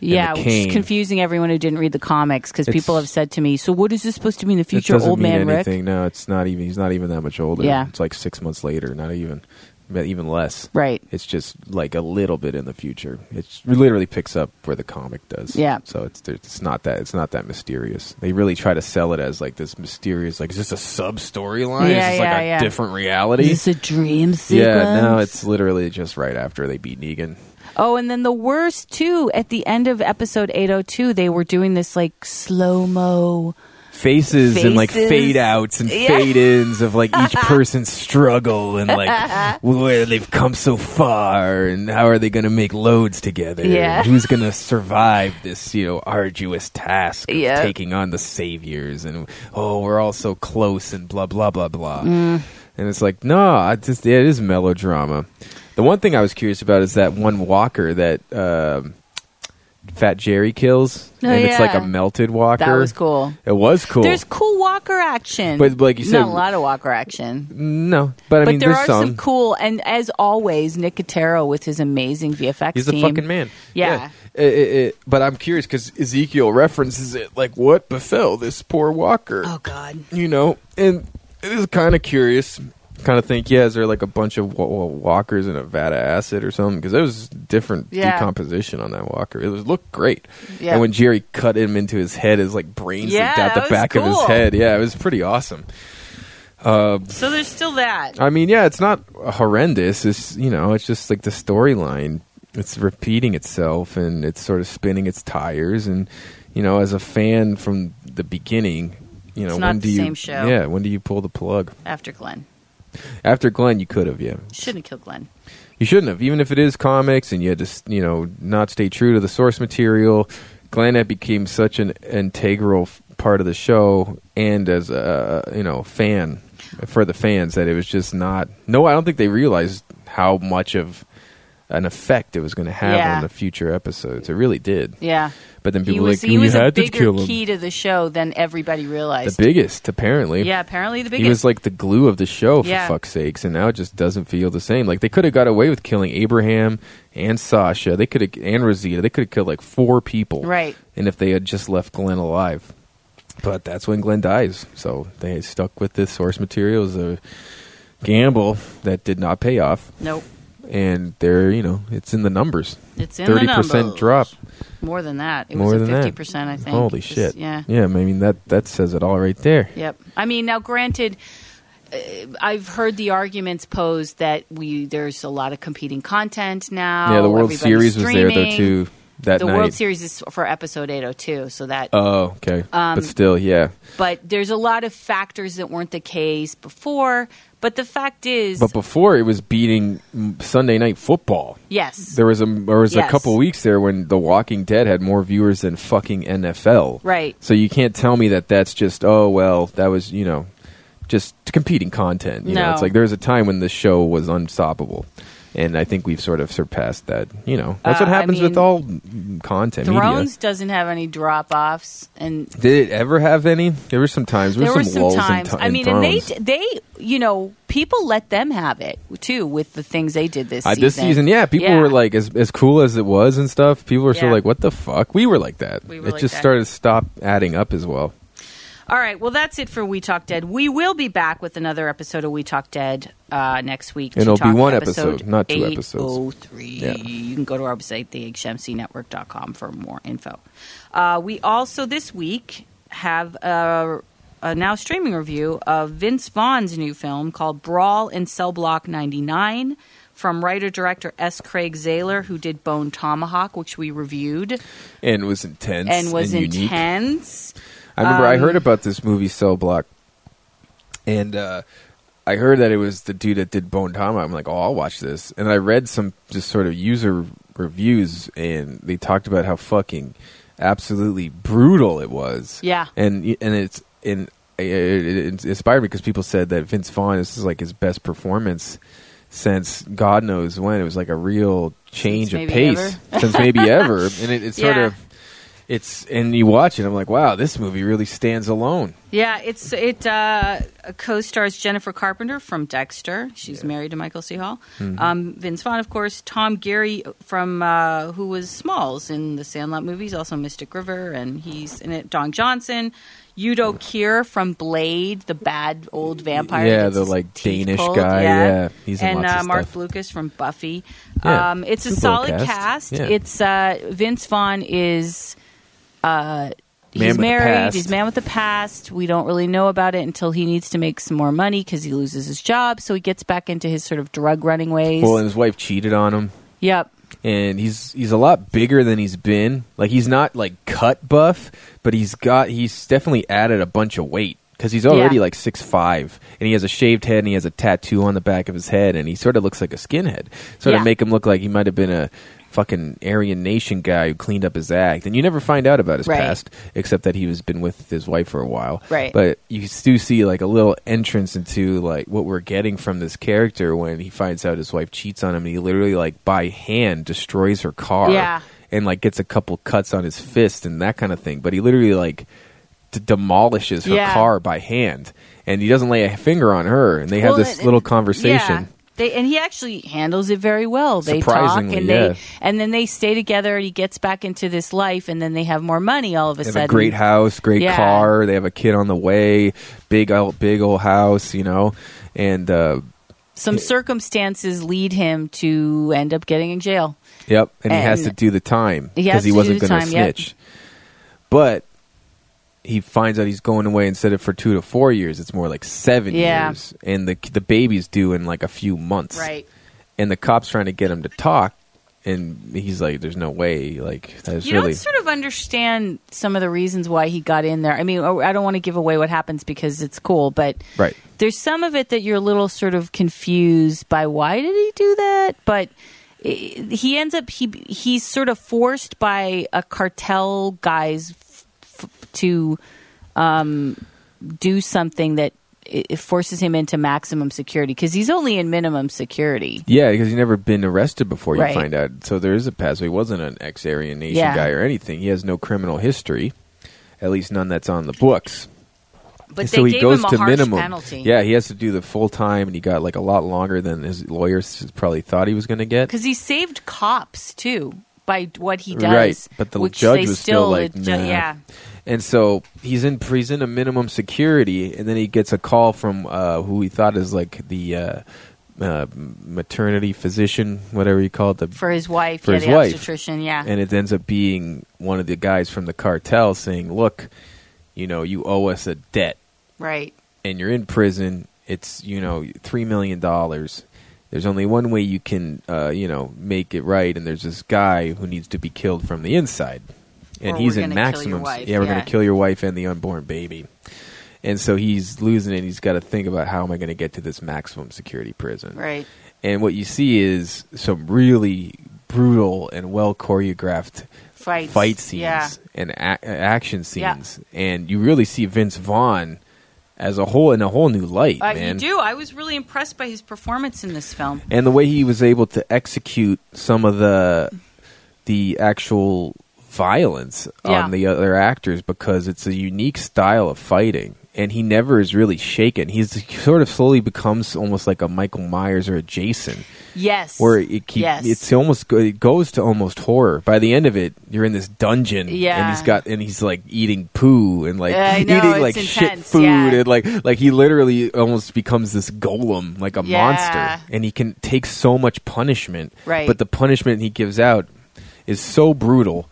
Speaker 2: yeah,
Speaker 1: the
Speaker 2: which is
Speaker 1: cane.
Speaker 2: confusing everyone who didn't read the comics because people
Speaker 1: It's-
Speaker 2: have said to me, "So what is this supposed to mean? The
Speaker 1: It
Speaker 2: future
Speaker 1: doesn't
Speaker 2: old
Speaker 1: mean
Speaker 2: man
Speaker 1: anything.
Speaker 2: Rick?"
Speaker 1: No, it's not even. He's not even that much older.
Speaker 2: Yeah.
Speaker 1: it's like six months later. Not even, but even less.
Speaker 2: Right.
Speaker 1: It's just like a little bit in the future. It's- It literally picks up where the comic does.
Speaker 2: Yeah.
Speaker 1: So it's there- it's not that it's not that mysterious. They really try to sell it as like this mysterious. Like is this a sub storyline?
Speaker 2: Yeah,
Speaker 1: is this
Speaker 2: yeah,
Speaker 1: like a
Speaker 2: yeah.
Speaker 1: different reality?
Speaker 2: Is this a dream sequence?
Speaker 1: yeah. No, it's literally just right after they beat Negan.
Speaker 2: Oh, and then the worst too. At the end of episode 802, they were doing this like slow mo.
Speaker 1: faces, and like
Speaker 2: Faces.
Speaker 1: fade outs and
Speaker 2: Yeah.
Speaker 1: fade ins of like each person's struggle and like where they've come so far and how are they going to make loads together? and
Speaker 2: Yeah.
Speaker 1: Who's going to survive this, you know, arduous task of
Speaker 2: Yeah.
Speaker 1: taking on the saviors and oh, we're all so close and blah, blah, blah, blah.
Speaker 2: Mm.
Speaker 1: And it's like, no, I just, yeah, it is melodrama. The one thing I was curious about is that one walker that, um, Fat Jerry kills,
Speaker 2: Oh,
Speaker 1: and it's like
Speaker 2: yeah.
Speaker 1: a melted walker.
Speaker 2: That was cool.
Speaker 1: It was cool.
Speaker 2: There's cool walker action,
Speaker 1: But like you said-
Speaker 2: not a lot of walker action.
Speaker 1: no, but I
Speaker 2: but
Speaker 1: mean,
Speaker 2: there
Speaker 1: there's
Speaker 2: are some. cool, and as always, Nick Cotero with his amazing VFX
Speaker 1: He's
Speaker 2: team.
Speaker 1: a fucking man.
Speaker 2: Yeah.
Speaker 1: Yeah. It- it- it- but I'm curious because Ezekiel references it like, what befell this poor walker?
Speaker 2: Oh God,
Speaker 1: You know, and it is kind of curious. Kind of think, yeah, is there like a bunch of wa- wa- walkers in a vat of acid or something? Because there was different
Speaker 2: Yeah.
Speaker 1: decomposition on that walker. It was, looked great.
Speaker 2: Yeah.
Speaker 1: And when Jerry cut him into his head, his like brains
Speaker 2: Yeah,
Speaker 1: leaked out
Speaker 2: that was
Speaker 1: the back of his
Speaker 2: cool.
Speaker 1: head. Yeah, it was pretty awesome.
Speaker 2: so there's still that.
Speaker 1: I mean, yeah, it's not horrendous. It's you know, it's just like the storyline. It's repeating itself, and it's sort of spinning its tires. And you know, as a fan from the beginning, you know,
Speaker 2: It's
Speaker 1: when
Speaker 2: not
Speaker 1: do
Speaker 2: the
Speaker 1: you?
Speaker 2: same show.
Speaker 1: Yeah, when do you pull the plug?
Speaker 2: After Glenn,
Speaker 1: After Glenn, you could have. Yeah,
Speaker 2: shouldn't kill Glenn.
Speaker 1: you shouldn't have. Even if it is comics, and you had to, s- you know, not stay true to the source material. Glenn had became such an integral f- part of the show, and as a you know fan for the fans, that it was just not. No, I don't think they realized how much of an effect it was going to have
Speaker 2: Yeah.
Speaker 1: on the future episodes. It really did.
Speaker 2: Yeah,
Speaker 1: But then
Speaker 2: he
Speaker 1: people were
Speaker 2: was
Speaker 1: like
Speaker 2: he
Speaker 1: "We
Speaker 2: was a
Speaker 1: had to
Speaker 2: bigger
Speaker 1: kill him.
Speaker 2: key to the show than everybody
Speaker 1: the
Speaker 2: realized.
Speaker 1: biggest, apparently.
Speaker 2: yeah, apparently the biggest.
Speaker 1: He was like the glue of the show, for
Speaker 2: Yeah.
Speaker 1: fuck's sakes, and now it just doesn't feel the same. Like they could have got away with killing Abraham and Sasha, they could have and Rosita, they could have killed like four people,
Speaker 2: Right.
Speaker 1: And if they had just left Glenn alive, but that's when Glenn dies. So they stuck with this source material as a gamble that did not pay off,
Speaker 2: nope,
Speaker 1: and they're you know it's in the numbers.
Speaker 2: it's in the
Speaker 1: Thirty percent
Speaker 2: numbers.
Speaker 1: drop.
Speaker 2: More than that, it
Speaker 1: More
Speaker 2: was a
Speaker 1: than that.
Speaker 2: fifty percent. I think.
Speaker 1: Holy
Speaker 2: Just-
Speaker 1: shit!
Speaker 2: Yeah.
Speaker 1: yeah. I mean that that says it all right there.
Speaker 2: Yep. I mean, now granted, uh, I've heard the arguments posed that we there's a lot of competing content now.
Speaker 1: yeah, the World
Speaker 2: Oh, everybody's
Speaker 1: Series was there though
Speaker 2: streaming.
Speaker 1: too. That
Speaker 2: The
Speaker 1: night.
Speaker 2: World Series is for episode 802, so that.
Speaker 1: Oh, okay.
Speaker 2: Um,
Speaker 1: but still, yeah.
Speaker 2: but there's a lot of factors that weren't the case before. But the fact is,
Speaker 1: But before it was beating mm, Sunday Night Football.
Speaker 2: yes,
Speaker 1: There was a there was
Speaker 2: Yes.
Speaker 1: a couple weeks there when The Walking Dead had more viewers than fucking NFL.
Speaker 2: Right.
Speaker 1: So you can't tell me that that's just oh well that was you know just competing content. You know,
Speaker 2: No.
Speaker 1: it's like there was a time when this show was unstoppable. And I think we've sort of surpassed that. You know, that's what
Speaker 2: Uh, I
Speaker 1: happens with
Speaker 2: mean,
Speaker 1: all mm, content media.
Speaker 2: Thrones doesn't have any drop offs, and
Speaker 1: Did it ever have any? There were some times. There,
Speaker 2: there were
Speaker 1: were
Speaker 2: some
Speaker 1: lulls in
Speaker 2: times.
Speaker 1: Th-
Speaker 2: I
Speaker 1: in
Speaker 2: mean, and they
Speaker 1: Thrones.
Speaker 2: they you know people let them have it too with the things they did this
Speaker 1: Uh,
Speaker 2: season.
Speaker 1: this season, yeah, people were like, as as cool as it was and stuff, people were still
Speaker 2: Yeah.
Speaker 1: like, "What the fuck?" We were like that.
Speaker 2: We were
Speaker 1: it
Speaker 2: like
Speaker 1: just
Speaker 2: that.
Speaker 1: started to stop adding up as well.
Speaker 2: All right. Well, that's it for We Talk Dead. We will be back with another episode of We Talk Dead uh, next week. to
Speaker 1: It'll be
Speaker 2: talk
Speaker 1: one episode, not two
Speaker 2: 803.
Speaker 1: episodes. Yeah.
Speaker 2: You can go to our website, thehmcnetwork.com, for more info. Uh, we also this week have a, a now streaming review of Vince Vaughn's new film called Brawl in Cell Block 99 from writer director S. Craig Zahler, who did Bone Tomahawk, which we reviewed
Speaker 1: and it was intense
Speaker 2: and was
Speaker 1: unique.
Speaker 2: intense.
Speaker 1: I remember I
Speaker 2: Um,
Speaker 1: heard about this movie Cell Block, and uh, I heard that it was the dude that did Bone Tomahawk. I'm like, oh, I'll watch this. And I read some just sort of user reviews, and they talked about how fucking absolutely brutal it was.
Speaker 2: Yeah.
Speaker 1: and y- and it's and it, it, it inspired me because people said that Vince Vaughn this is like his best performance since God knows when. It was like a real change
Speaker 2: Since
Speaker 1: of
Speaker 2: maybe
Speaker 1: pace since maybe ever, and it, it sort
Speaker 2: Yeah.
Speaker 1: of it's and you watch it i'm like wow this movie really stands alone
Speaker 2: Yeah, it's it uh, co-stars Jennifer Carpenter from Dexter. She's married to Michael C. Hall.
Speaker 1: Mm-hmm.
Speaker 2: Um, Vince Vaughn, of course. Tom Geary from uh, who was Smalls in the Sandlot movies, also Mystic River, and he's in it. Don Johnson, Udo Kier from Blade, the bad old vampire. that
Speaker 1: Yeah,
Speaker 2: gets
Speaker 1: the,
Speaker 2: his
Speaker 1: like,
Speaker 2: teeth
Speaker 1: Danish
Speaker 2: pulled.
Speaker 1: guy. Yeah, he's in
Speaker 2: and
Speaker 1: lots
Speaker 2: uh,
Speaker 1: of
Speaker 2: Mark
Speaker 1: stuff.
Speaker 2: Lucas from Buffy.
Speaker 1: Yeah,
Speaker 2: Um, it's a
Speaker 1: good little
Speaker 2: solid
Speaker 1: cast.
Speaker 2: cast.
Speaker 1: Yeah.
Speaker 2: It's uh, Vince Vaughn is. uh, He's
Speaker 1: Man with a
Speaker 2: married.
Speaker 1: past.
Speaker 2: He's man with the past. We don't really know about it until he needs to make some more money because he loses his job. So he gets back into his sort of drug running ways.
Speaker 1: well and his wife cheated on him
Speaker 2: yep.
Speaker 1: and he's he's a lot bigger than he's been like he's not like cut buff but he's got he's definitely added a bunch of weight because he's already
Speaker 2: Yeah.
Speaker 1: like six five and he has a shaved head and he has a tattoo on the back of his head and he sort of looks like a skinhead sort
Speaker 2: Yeah.
Speaker 1: of make him look like he might have been a fucking aryan nation guy who cleaned up his act and you never find out about his
Speaker 2: Right.
Speaker 1: past except that he was been with his wife for a while
Speaker 2: Right.
Speaker 1: but but you do see like a little entrance into like what we're getting from this character when he finds out his wife cheats on him and he literally like by hand destroys her car
Speaker 2: Yeah.
Speaker 1: and like gets a couple cuts on his fist and that kind of thing but he literally like d- demolishes her
Speaker 2: Yeah.
Speaker 1: car by hand and he doesn't lay a finger on her and they have
Speaker 2: Well,
Speaker 1: this
Speaker 2: and-
Speaker 1: little
Speaker 2: Yeah.
Speaker 1: conversation
Speaker 2: They, and he actually handles it very well. They talk
Speaker 1: Surprisingly,
Speaker 2: and
Speaker 1: yeah.
Speaker 2: they and then they stay together. He gets back into this life, and then they have more money all of a
Speaker 1: They have
Speaker 2: sudden.
Speaker 1: a great house, great
Speaker 2: Yeah.
Speaker 1: car. They have a kid on the way, big, old, big old house, you know, and uh,
Speaker 2: Some circumstances lead him to end up getting in jail.
Speaker 1: Yep, and, he has to
Speaker 2: And-
Speaker 1: do the time
Speaker 2: He
Speaker 1: because
Speaker 2: has
Speaker 1: he
Speaker 2: to do
Speaker 1: wasn't
Speaker 2: the
Speaker 1: going to
Speaker 2: time, yep.
Speaker 1: snitch. But he finds out he's going away instead of for two to four years, it's more like seven
Speaker 2: Yeah.
Speaker 1: years, and the the baby's due in like a few months,
Speaker 2: Right.
Speaker 1: And the cops trying to get him to talk, and he's like, "There's no way." Like that's
Speaker 2: You
Speaker 1: really
Speaker 2: don't sort of understand some of the reasons why he got in there. I mean, I don't want to give away what happens because it's cool, but
Speaker 1: right.
Speaker 2: there's some of it that you're a little sort of confused by why did he do that but i- he ends up he he's sort of forced by a cartel guys f- f- to um, do something that it it forces him into maximum security because he's only in minimum security
Speaker 1: Yeah, because he's never been arrested before. You
Speaker 2: Right.
Speaker 1: find out, so there is a past. He wasn't an ex-Aryan Nation
Speaker 2: Yeah.
Speaker 1: guy or anything. He has no criminal history, at least none that's on the books.
Speaker 2: but
Speaker 1: so he
Speaker 2: they gave
Speaker 1: goes
Speaker 2: him a
Speaker 1: to
Speaker 2: harsh
Speaker 1: minimum.
Speaker 2: penalty
Speaker 1: Yeah, he has to do the full time, and he got like a lot longer than his lawyers probably thought he was going to get.
Speaker 2: because he saved cops too by what he does
Speaker 1: Right, but the
Speaker 2: which
Speaker 1: judge
Speaker 2: they
Speaker 1: was still like,
Speaker 2: ju-
Speaker 1: "Nah."
Speaker 2: yeah
Speaker 1: And so he's in he's in a minimum security, and then he gets a call from uh, who he thought is like the uh, uh, maternity physician, whatever you call it, the
Speaker 2: for his wife
Speaker 1: For
Speaker 2: yeah
Speaker 1: his
Speaker 2: the
Speaker 1: wife.
Speaker 2: obstetrician yeah
Speaker 1: and it ends up being one of the guys from the cartel saying, "Look, you know, you owe us a debt."
Speaker 2: right
Speaker 1: and you're in prison, it's you know three million dollars. There's only one way you can uh, you know make it right, and there's this guy who needs to be killed from the inside, and
Speaker 2: Or
Speaker 1: he's
Speaker 2: we're
Speaker 1: in
Speaker 2: gonna kill your
Speaker 1: maximum.
Speaker 2: wife,
Speaker 1: yeah, we're
Speaker 2: yeah.
Speaker 1: gonna kill your wife and the unborn baby. And so he's losing it. He's got to think about how am I going to get to this maximum security prison.
Speaker 2: right
Speaker 1: And what you see is some really brutal and well choreographed
Speaker 2: fights.
Speaker 1: fight scenes
Speaker 2: Yeah.
Speaker 1: and a- action
Speaker 2: Yeah.
Speaker 1: scenes, and you really see Vince Vaughn as a whole in a whole new light,
Speaker 2: Uh, you
Speaker 1: man.
Speaker 2: do. I was really impressed by his performance in this film.
Speaker 1: And the way he was able to execute some of the the actual violence
Speaker 2: Yeah.
Speaker 1: on the other actors because it's a unique style of fighting. and he never is really shaken. He's he sort of slowly becomes almost like a Michael Myers or a Jason,
Speaker 2: Yes.
Speaker 1: where it keep,
Speaker 2: Yes.
Speaker 1: it's almost go- it goes to almost horror. By the end of it, you're in this dungeon, and
Speaker 2: Yeah.
Speaker 1: he's got and he's like eating poo and like
Speaker 2: Yeah, I know,
Speaker 1: eating
Speaker 2: it's
Speaker 1: like shit
Speaker 2: intense,
Speaker 1: food
Speaker 2: yeah.
Speaker 1: and like like he literally almost becomes this golem, like a
Speaker 2: Yeah.
Speaker 1: monster, and he can take so much punishment.
Speaker 2: Right.
Speaker 1: but the punishment he gives out is so brutal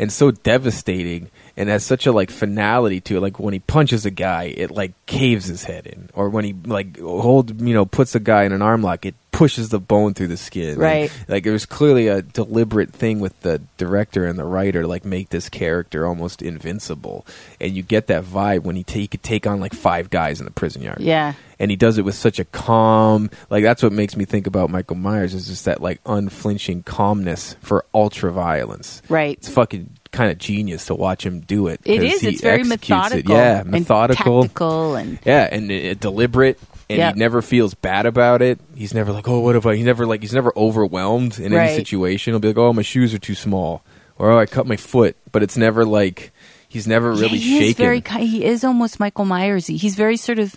Speaker 1: and so devastating and has such a like finality to it like when he punches a guy it like caves his head in or when he like hold you know puts a guy in an arm lock it pushes the bone through the skin
Speaker 2: Right.
Speaker 1: And, like it was clearly a deliberate thing with the director and the writer to like make this character almost invincible and you get that vibe when he take could take on like five guys in the prison yard
Speaker 2: Yeah.
Speaker 1: and he does it with such a calm like that's what makes me think about michael myers is just that like unflinching calmness for ultra violence
Speaker 2: Right.
Speaker 1: it's fucking kind of genius to watch him do it
Speaker 2: It
Speaker 1: 'cause
Speaker 2: is.
Speaker 1: he
Speaker 2: It's very
Speaker 1: executes
Speaker 2: methodical.
Speaker 1: it. yeah
Speaker 2: and
Speaker 1: methodical
Speaker 2: tactical and
Speaker 1: yeah and uh, deliberate and
Speaker 2: Yep.
Speaker 1: he never feels bad about it he's never like oh what if i he's never like he's never overwhelmed in
Speaker 2: Right.
Speaker 1: any situation he'll be like oh my shoes are too small or oh i cut my foot but it's never like he's never
Speaker 2: Yeah,
Speaker 1: really
Speaker 2: he
Speaker 1: shaken
Speaker 2: Is very, ki- he is almost Michael Myers. He's very sort of.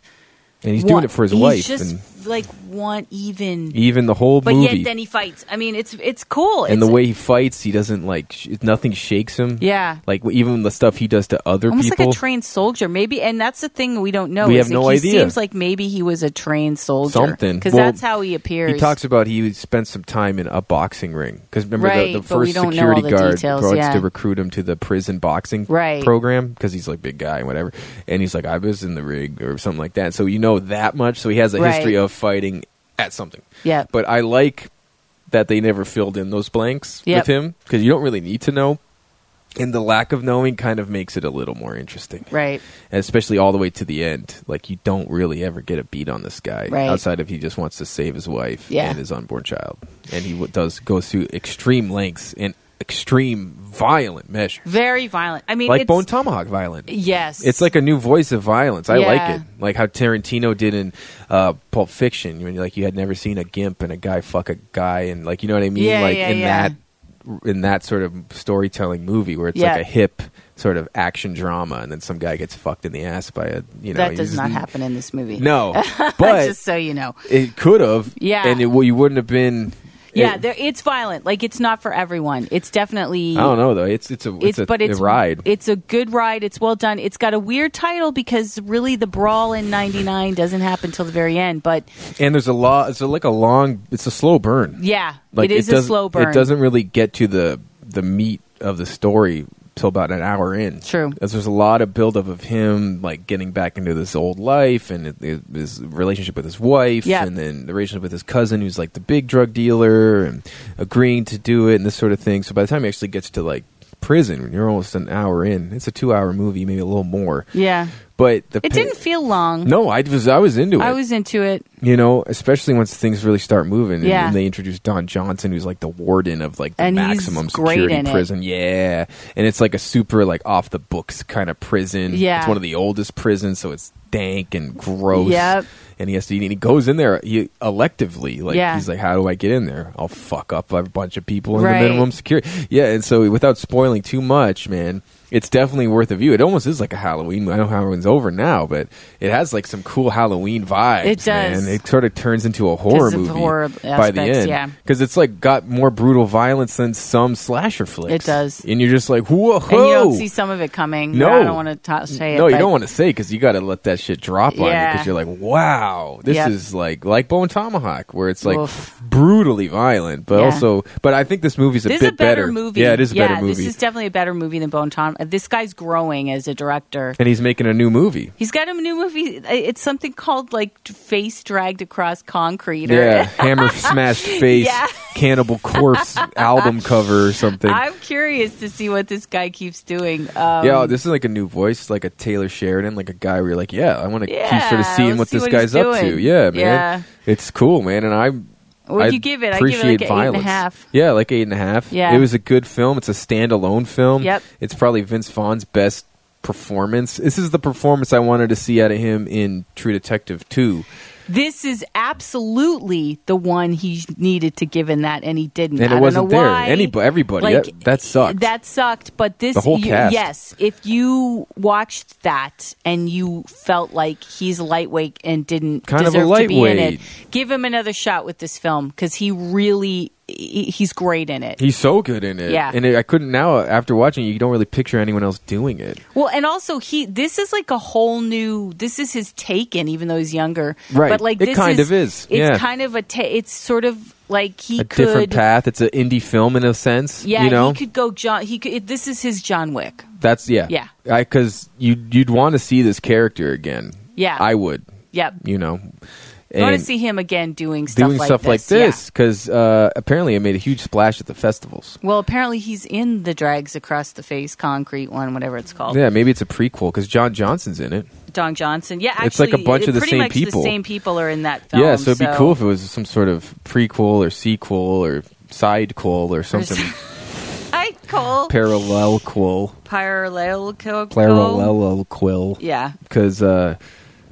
Speaker 1: and he's
Speaker 2: wa-
Speaker 1: doing it for his
Speaker 2: he's
Speaker 1: wife
Speaker 2: Just
Speaker 1: and
Speaker 2: like one even,
Speaker 1: even the whole
Speaker 2: but
Speaker 1: movie
Speaker 2: yet then he fights. I mean, it's it's cool.
Speaker 1: and
Speaker 2: it's,
Speaker 1: the way he fights, he doesn't like sh- nothing shakes him.
Speaker 2: Yeah.
Speaker 1: like even the stuff he does to other
Speaker 2: almost
Speaker 1: people.
Speaker 2: like a trained soldier, maybe. And that's the thing we don't know.
Speaker 1: We
Speaker 2: is
Speaker 1: have no
Speaker 2: like, He
Speaker 1: idea.
Speaker 2: seems like maybe he was a trained soldier.
Speaker 1: Something.
Speaker 2: because
Speaker 1: Well,
Speaker 2: that's how he appears.
Speaker 1: he talks about he spent some time in a boxing ring because remember
Speaker 2: Right,
Speaker 1: the, the
Speaker 2: but we
Speaker 1: first
Speaker 2: don't know
Speaker 1: security
Speaker 2: all the
Speaker 1: guard
Speaker 2: details,
Speaker 1: wants
Speaker 2: yeah.
Speaker 1: to recruit him to the prison boxing
Speaker 2: Right.
Speaker 1: program because he's like big guy and whatever, and he's like I was in the rig or something like that. So you know that much. So he has a
Speaker 2: Right.
Speaker 1: history of fighting at something.
Speaker 2: Yeah,
Speaker 1: But I like that they never filled in those blanks
Speaker 2: Yep.
Speaker 1: with him because you don't really need to know. And the lack of knowing kind of makes it a little more interesting.
Speaker 2: right.
Speaker 1: and especially all the way to the end. Like you don't really ever get a beat on this guy
Speaker 2: Right.
Speaker 1: outside of he just wants to save his wife
Speaker 2: Yeah.
Speaker 1: and his unborn child, and he w- does goes through extreme lengths and extreme violent measure,
Speaker 2: Very violent. I mean,
Speaker 1: like
Speaker 2: it's,
Speaker 1: Bone Tomahawk violent.
Speaker 2: Yes,
Speaker 1: It's like a new voice of violence. I
Speaker 2: Yeah.
Speaker 1: like it, like how Tarantino did in uh, Pulp Fiction. When like you had never seen a gimp and a guy fuck a guy, and like you know what I mean,
Speaker 2: Yeah,
Speaker 1: like
Speaker 2: yeah,
Speaker 1: in
Speaker 2: yeah.
Speaker 1: that in that sort of storytelling movie where it's
Speaker 2: Yeah.
Speaker 1: like a hip sort of action drama, and then some guy gets fucked in the ass by a you know
Speaker 2: that
Speaker 1: he's
Speaker 2: does
Speaker 1: just-
Speaker 2: not happen in this movie.
Speaker 1: No, but
Speaker 2: just so you know.
Speaker 1: it could have.
Speaker 2: Yeah.
Speaker 1: and it, well, you wouldn't have been.
Speaker 2: Yeah,
Speaker 1: it-
Speaker 2: there, it's violent. Like it's not for everyone. It's definitely.
Speaker 1: I don't know though. It's it's a it's, a,
Speaker 2: but it's
Speaker 1: a ride.
Speaker 2: It's a good ride. It's well done. It's got a weird title because really the brawl in '99 doesn't happen till the very end. But
Speaker 1: and there's a lot. It's a, like a long. It's a slow burn.
Speaker 2: yeah,
Speaker 1: like
Speaker 2: it is a
Speaker 1: doesn't-
Speaker 2: slow burn.
Speaker 1: It doesn't really get to the the meat of the story till about an hour in.
Speaker 2: True.
Speaker 1: 'Cause there's a lot of buildup of him like getting back into this old life and it- it- his relationship with his wife,
Speaker 2: Yeah.
Speaker 1: and then the relationship with his cousin who's like the big drug dealer and agreeing to do it and this sort of thing. So by the time he actually gets to like prison, you're almost an hour in. It's a two hour movie, maybe a little more.
Speaker 2: Yeah,
Speaker 1: But the
Speaker 2: it
Speaker 1: pa-
Speaker 2: didn't feel long.
Speaker 1: No, I was I was into it
Speaker 2: I was into it.
Speaker 1: you know, especially once things really start moving. And,
Speaker 2: Yeah.
Speaker 1: and they introduce Don Johnson, who's like the warden of like the
Speaker 2: And he's
Speaker 1: maximum
Speaker 2: great in
Speaker 1: security
Speaker 2: it.
Speaker 1: prison. Yeah, and it's like a super like off the books kind of prison.
Speaker 2: Yeah.
Speaker 1: it's one of the oldest prisons, so it's dank and gross.
Speaker 2: Yep.
Speaker 1: And he has to, and he goes in there he, electively. Like
Speaker 2: Yeah.
Speaker 1: he's like, "How do I get in there? I'll fuck up a bunch of people in
Speaker 2: Right.
Speaker 1: the minimum security." Yeah, and so without spoiling too much, man, it's definitely worth a view. It almost is like a Halloween. I know Halloween's over now, but it has like some cool Halloween vibes.
Speaker 2: It does.
Speaker 1: Man. It sort of turns into a horror
Speaker 2: of
Speaker 1: movie
Speaker 2: horror
Speaker 1: by the
Speaker 2: aspects,
Speaker 1: end.
Speaker 2: yeah.
Speaker 1: because it's like got more brutal violence than some slasher flicks.
Speaker 2: It does.
Speaker 1: and you're just like, whoa.
Speaker 2: And you don't see some of it coming.
Speaker 1: No.
Speaker 2: I don't want to ta- say it.
Speaker 1: no, you
Speaker 2: but-
Speaker 1: don't want to say because you got to let that shit drop on you
Speaker 2: Yeah.
Speaker 1: because you're like, wow, this
Speaker 2: Yep.
Speaker 1: is like like Bone Tomahawk, where it's like
Speaker 2: Oof.
Speaker 1: brutally violent, but
Speaker 2: Yeah.
Speaker 1: also, but I think this movie's a
Speaker 2: This
Speaker 1: bit
Speaker 2: is a better, movie.
Speaker 1: Yeah, it is a better movie,
Speaker 2: This is definitely a better movie than Bone Tom. This guy's growing as a director.
Speaker 1: and he's making a new movie.
Speaker 2: He's got a new movie. Uh, It's something called like Face Dragged Across Concrete. or-
Speaker 1: Yeah, hammer smashed face,
Speaker 2: Yeah.
Speaker 1: cannibal corpse album cover or something.
Speaker 2: I'm curious to see what this guy keeps doing. Um,
Speaker 1: yeah, this is like a new voice, like a Taylor Sheridan, like a guy where you're like, yeah, I want to keep sort
Speaker 2: Yeah,
Speaker 1: of seeing
Speaker 2: let's
Speaker 1: what
Speaker 2: see
Speaker 1: this
Speaker 2: what he's
Speaker 1: guy's up to.
Speaker 2: doing.
Speaker 1: Yeah, man,
Speaker 2: Yeah.
Speaker 1: it's cool, man, and I'm.
Speaker 2: What'd
Speaker 1: I
Speaker 2: you give it? I give it, like,
Speaker 1: Appreciate
Speaker 2: an eight and a
Speaker 1: violence.
Speaker 2: half.
Speaker 1: Yeah, like eight and a half.
Speaker 2: Yeah.
Speaker 1: it was a good film. It's a standalone film.
Speaker 2: Yep.
Speaker 1: it's probably Vince Vaughn's best performance. This is the performance I wanted to see out of him in True Detective Two.
Speaker 2: this is absolutely the one he needed to give in that, and he didn't.
Speaker 1: And
Speaker 2: I
Speaker 1: it
Speaker 2: don't
Speaker 1: wasn't
Speaker 2: know
Speaker 1: there.
Speaker 2: why.
Speaker 1: Anybody, everybody.
Speaker 2: Like,
Speaker 1: that, that sucked.
Speaker 2: That sucked. But this,
Speaker 1: The whole
Speaker 2: you-
Speaker 1: cast.
Speaker 2: yes, if you watched that and you felt like he's lightweight and didn't
Speaker 1: Kind of a
Speaker 2: deserve to be in
Speaker 1: lightweight.
Speaker 2: it, give him another shot with this film because he really he- he's great in it.
Speaker 1: He's so good in it.
Speaker 2: Yeah.
Speaker 1: And it, I couldn't now after watching it, you don't really picture anyone else doing it.
Speaker 2: Well, and also he this is like a whole new this is his taken even though he's younger.
Speaker 1: Right.
Speaker 2: But like
Speaker 1: It
Speaker 2: this
Speaker 1: kind
Speaker 2: is,
Speaker 1: of is,
Speaker 2: It's
Speaker 1: yeah.
Speaker 2: kind of a ta- it's sort of like he
Speaker 1: A
Speaker 2: could
Speaker 1: different path. It's an indie film in a sense.
Speaker 2: Yeah,
Speaker 1: You know?
Speaker 2: he could go John he could this is his John Wick.
Speaker 1: That's yeah.
Speaker 2: Yeah.
Speaker 1: Because you you'd want to see this character again.
Speaker 2: Yeah.
Speaker 1: I would.
Speaker 2: Yep.
Speaker 1: You know.
Speaker 2: I want
Speaker 1: And
Speaker 2: to see him again doing stuff
Speaker 1: doing
Speaker 2: like
Speaker 1: stuff
Speaker 2: this.
Speaker 1: like
Speaker 2: yeah.
Speaker 1: this because uh, apparently it made a huge splash at the festivals.
Speaker 2: Well, apparently he's in the drags across the face concrete one, whatever it's called.
Speaker 1: Yeah, maybe it's a prequel because John Johnson's in it.
Speaker 2: Don Johnson. Yeah, actually,
Speaker 1: It's like a bunch of the
Speaker 2: pretty
Speaker 1: same
Speaker 2: much
Speaker 1: people.
Speaker 2: The same people are in that film.
Speaker 1: yeah, so it'd be cool if it was some sort of prequel or sequel or sidequel or something
Speaker 2: Hi, Cole.
Speaker 1: parallel quill
Speaker 2: Parallel co-
Speaker 1: parallel quill
Speaker 2: Yeah.
Speaker 1: because uh,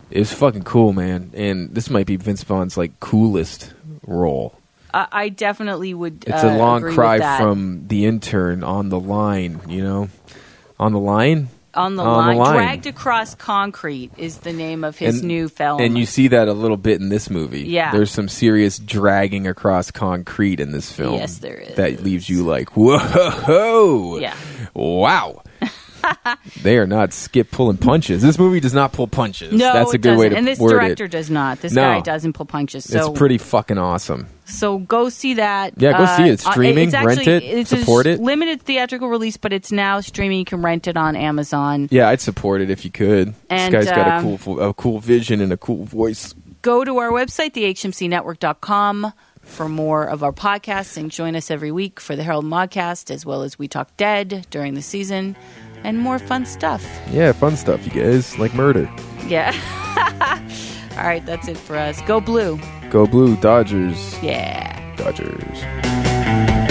Speaker 1: it was fucking cool, man. And this might be Vince Vaughn's like coolest role.
Speaker 2: I, I definitely would.
Speaker 1: It's
Speaker 2: uh,
Speaker 1: a long
Speaker 2: agree with
Speaker 1: cry
Speaker 2: that.
Speaker 1: from the intern on the line, you know, on the line.
Speaker 2: on the,
Speaker 1: on the
Speaker 2: line.
Speaker 1: line.
Speaker 2: Dragged across concrete is the name of his
Speaker 1: And-
Speaker 2: new film.
Speaker 1: And you see that a little bit in this movie.
Speaker 2: Oh Yeah.
Speaker 1: There's some serious dragging across concrete in this film.
Speaker 2: Yes, there is.
Speaker 1: That leaves you like, whoa,
Speaker 2: Yeah.
Speaker 1: wow. they are not skip pulling punches. This movie does not pull punches.
Speaker 2: no,
Speaker 1: That's a
Speaker 2: it
Speaker 1: good way
Speaker 2: doesn't.
Speaker 1: to
Speaker 2: and this
Speaker 1: word
Speaker 2: director
Speaker 1: it.
Speaker 2: does not. This
Speaker 1: No.
Speaker 2: guy doesn't pull punches. So
Speaker 1: it's pretty fucking awesome.
Speaker 2: So go see that.
Speaker 1: Yeah, go see it. It's
Speaker 2: uh,
Speaker 1: streaming.
Speaker 2: it's
Speaker 1: Rent
Speaker 2: actually-
Speaker 1: it.
Speaker 2: It's a
Speaker 1: Support it.
Speaker 2: Limited theatrical release, but it's now streaming. You can rent it on Amazon.
Speaker 1: Yeah, I'd support it if you could.
Speaker 2: And,
Speaker 1: this guy's got
Speaker 2: um,
Speaker 1: a cool, a cool vision and a cool voice.
Speaker 2: Go to our website, thehmcnetwork.com, for more of our podcasts and join us every week for the Herald Modcast as well as We Talk Dead during the season and more fun stuff.
Speaker 1: Yeah, fun stuff, you guys. Like murder.
Speaker 2: Yeah. All right, that's it for us. Go blue.
Speaker 1: Go blue, Dodgers.
Speaker 2: Yeah.
Speaker 1: Dodgers.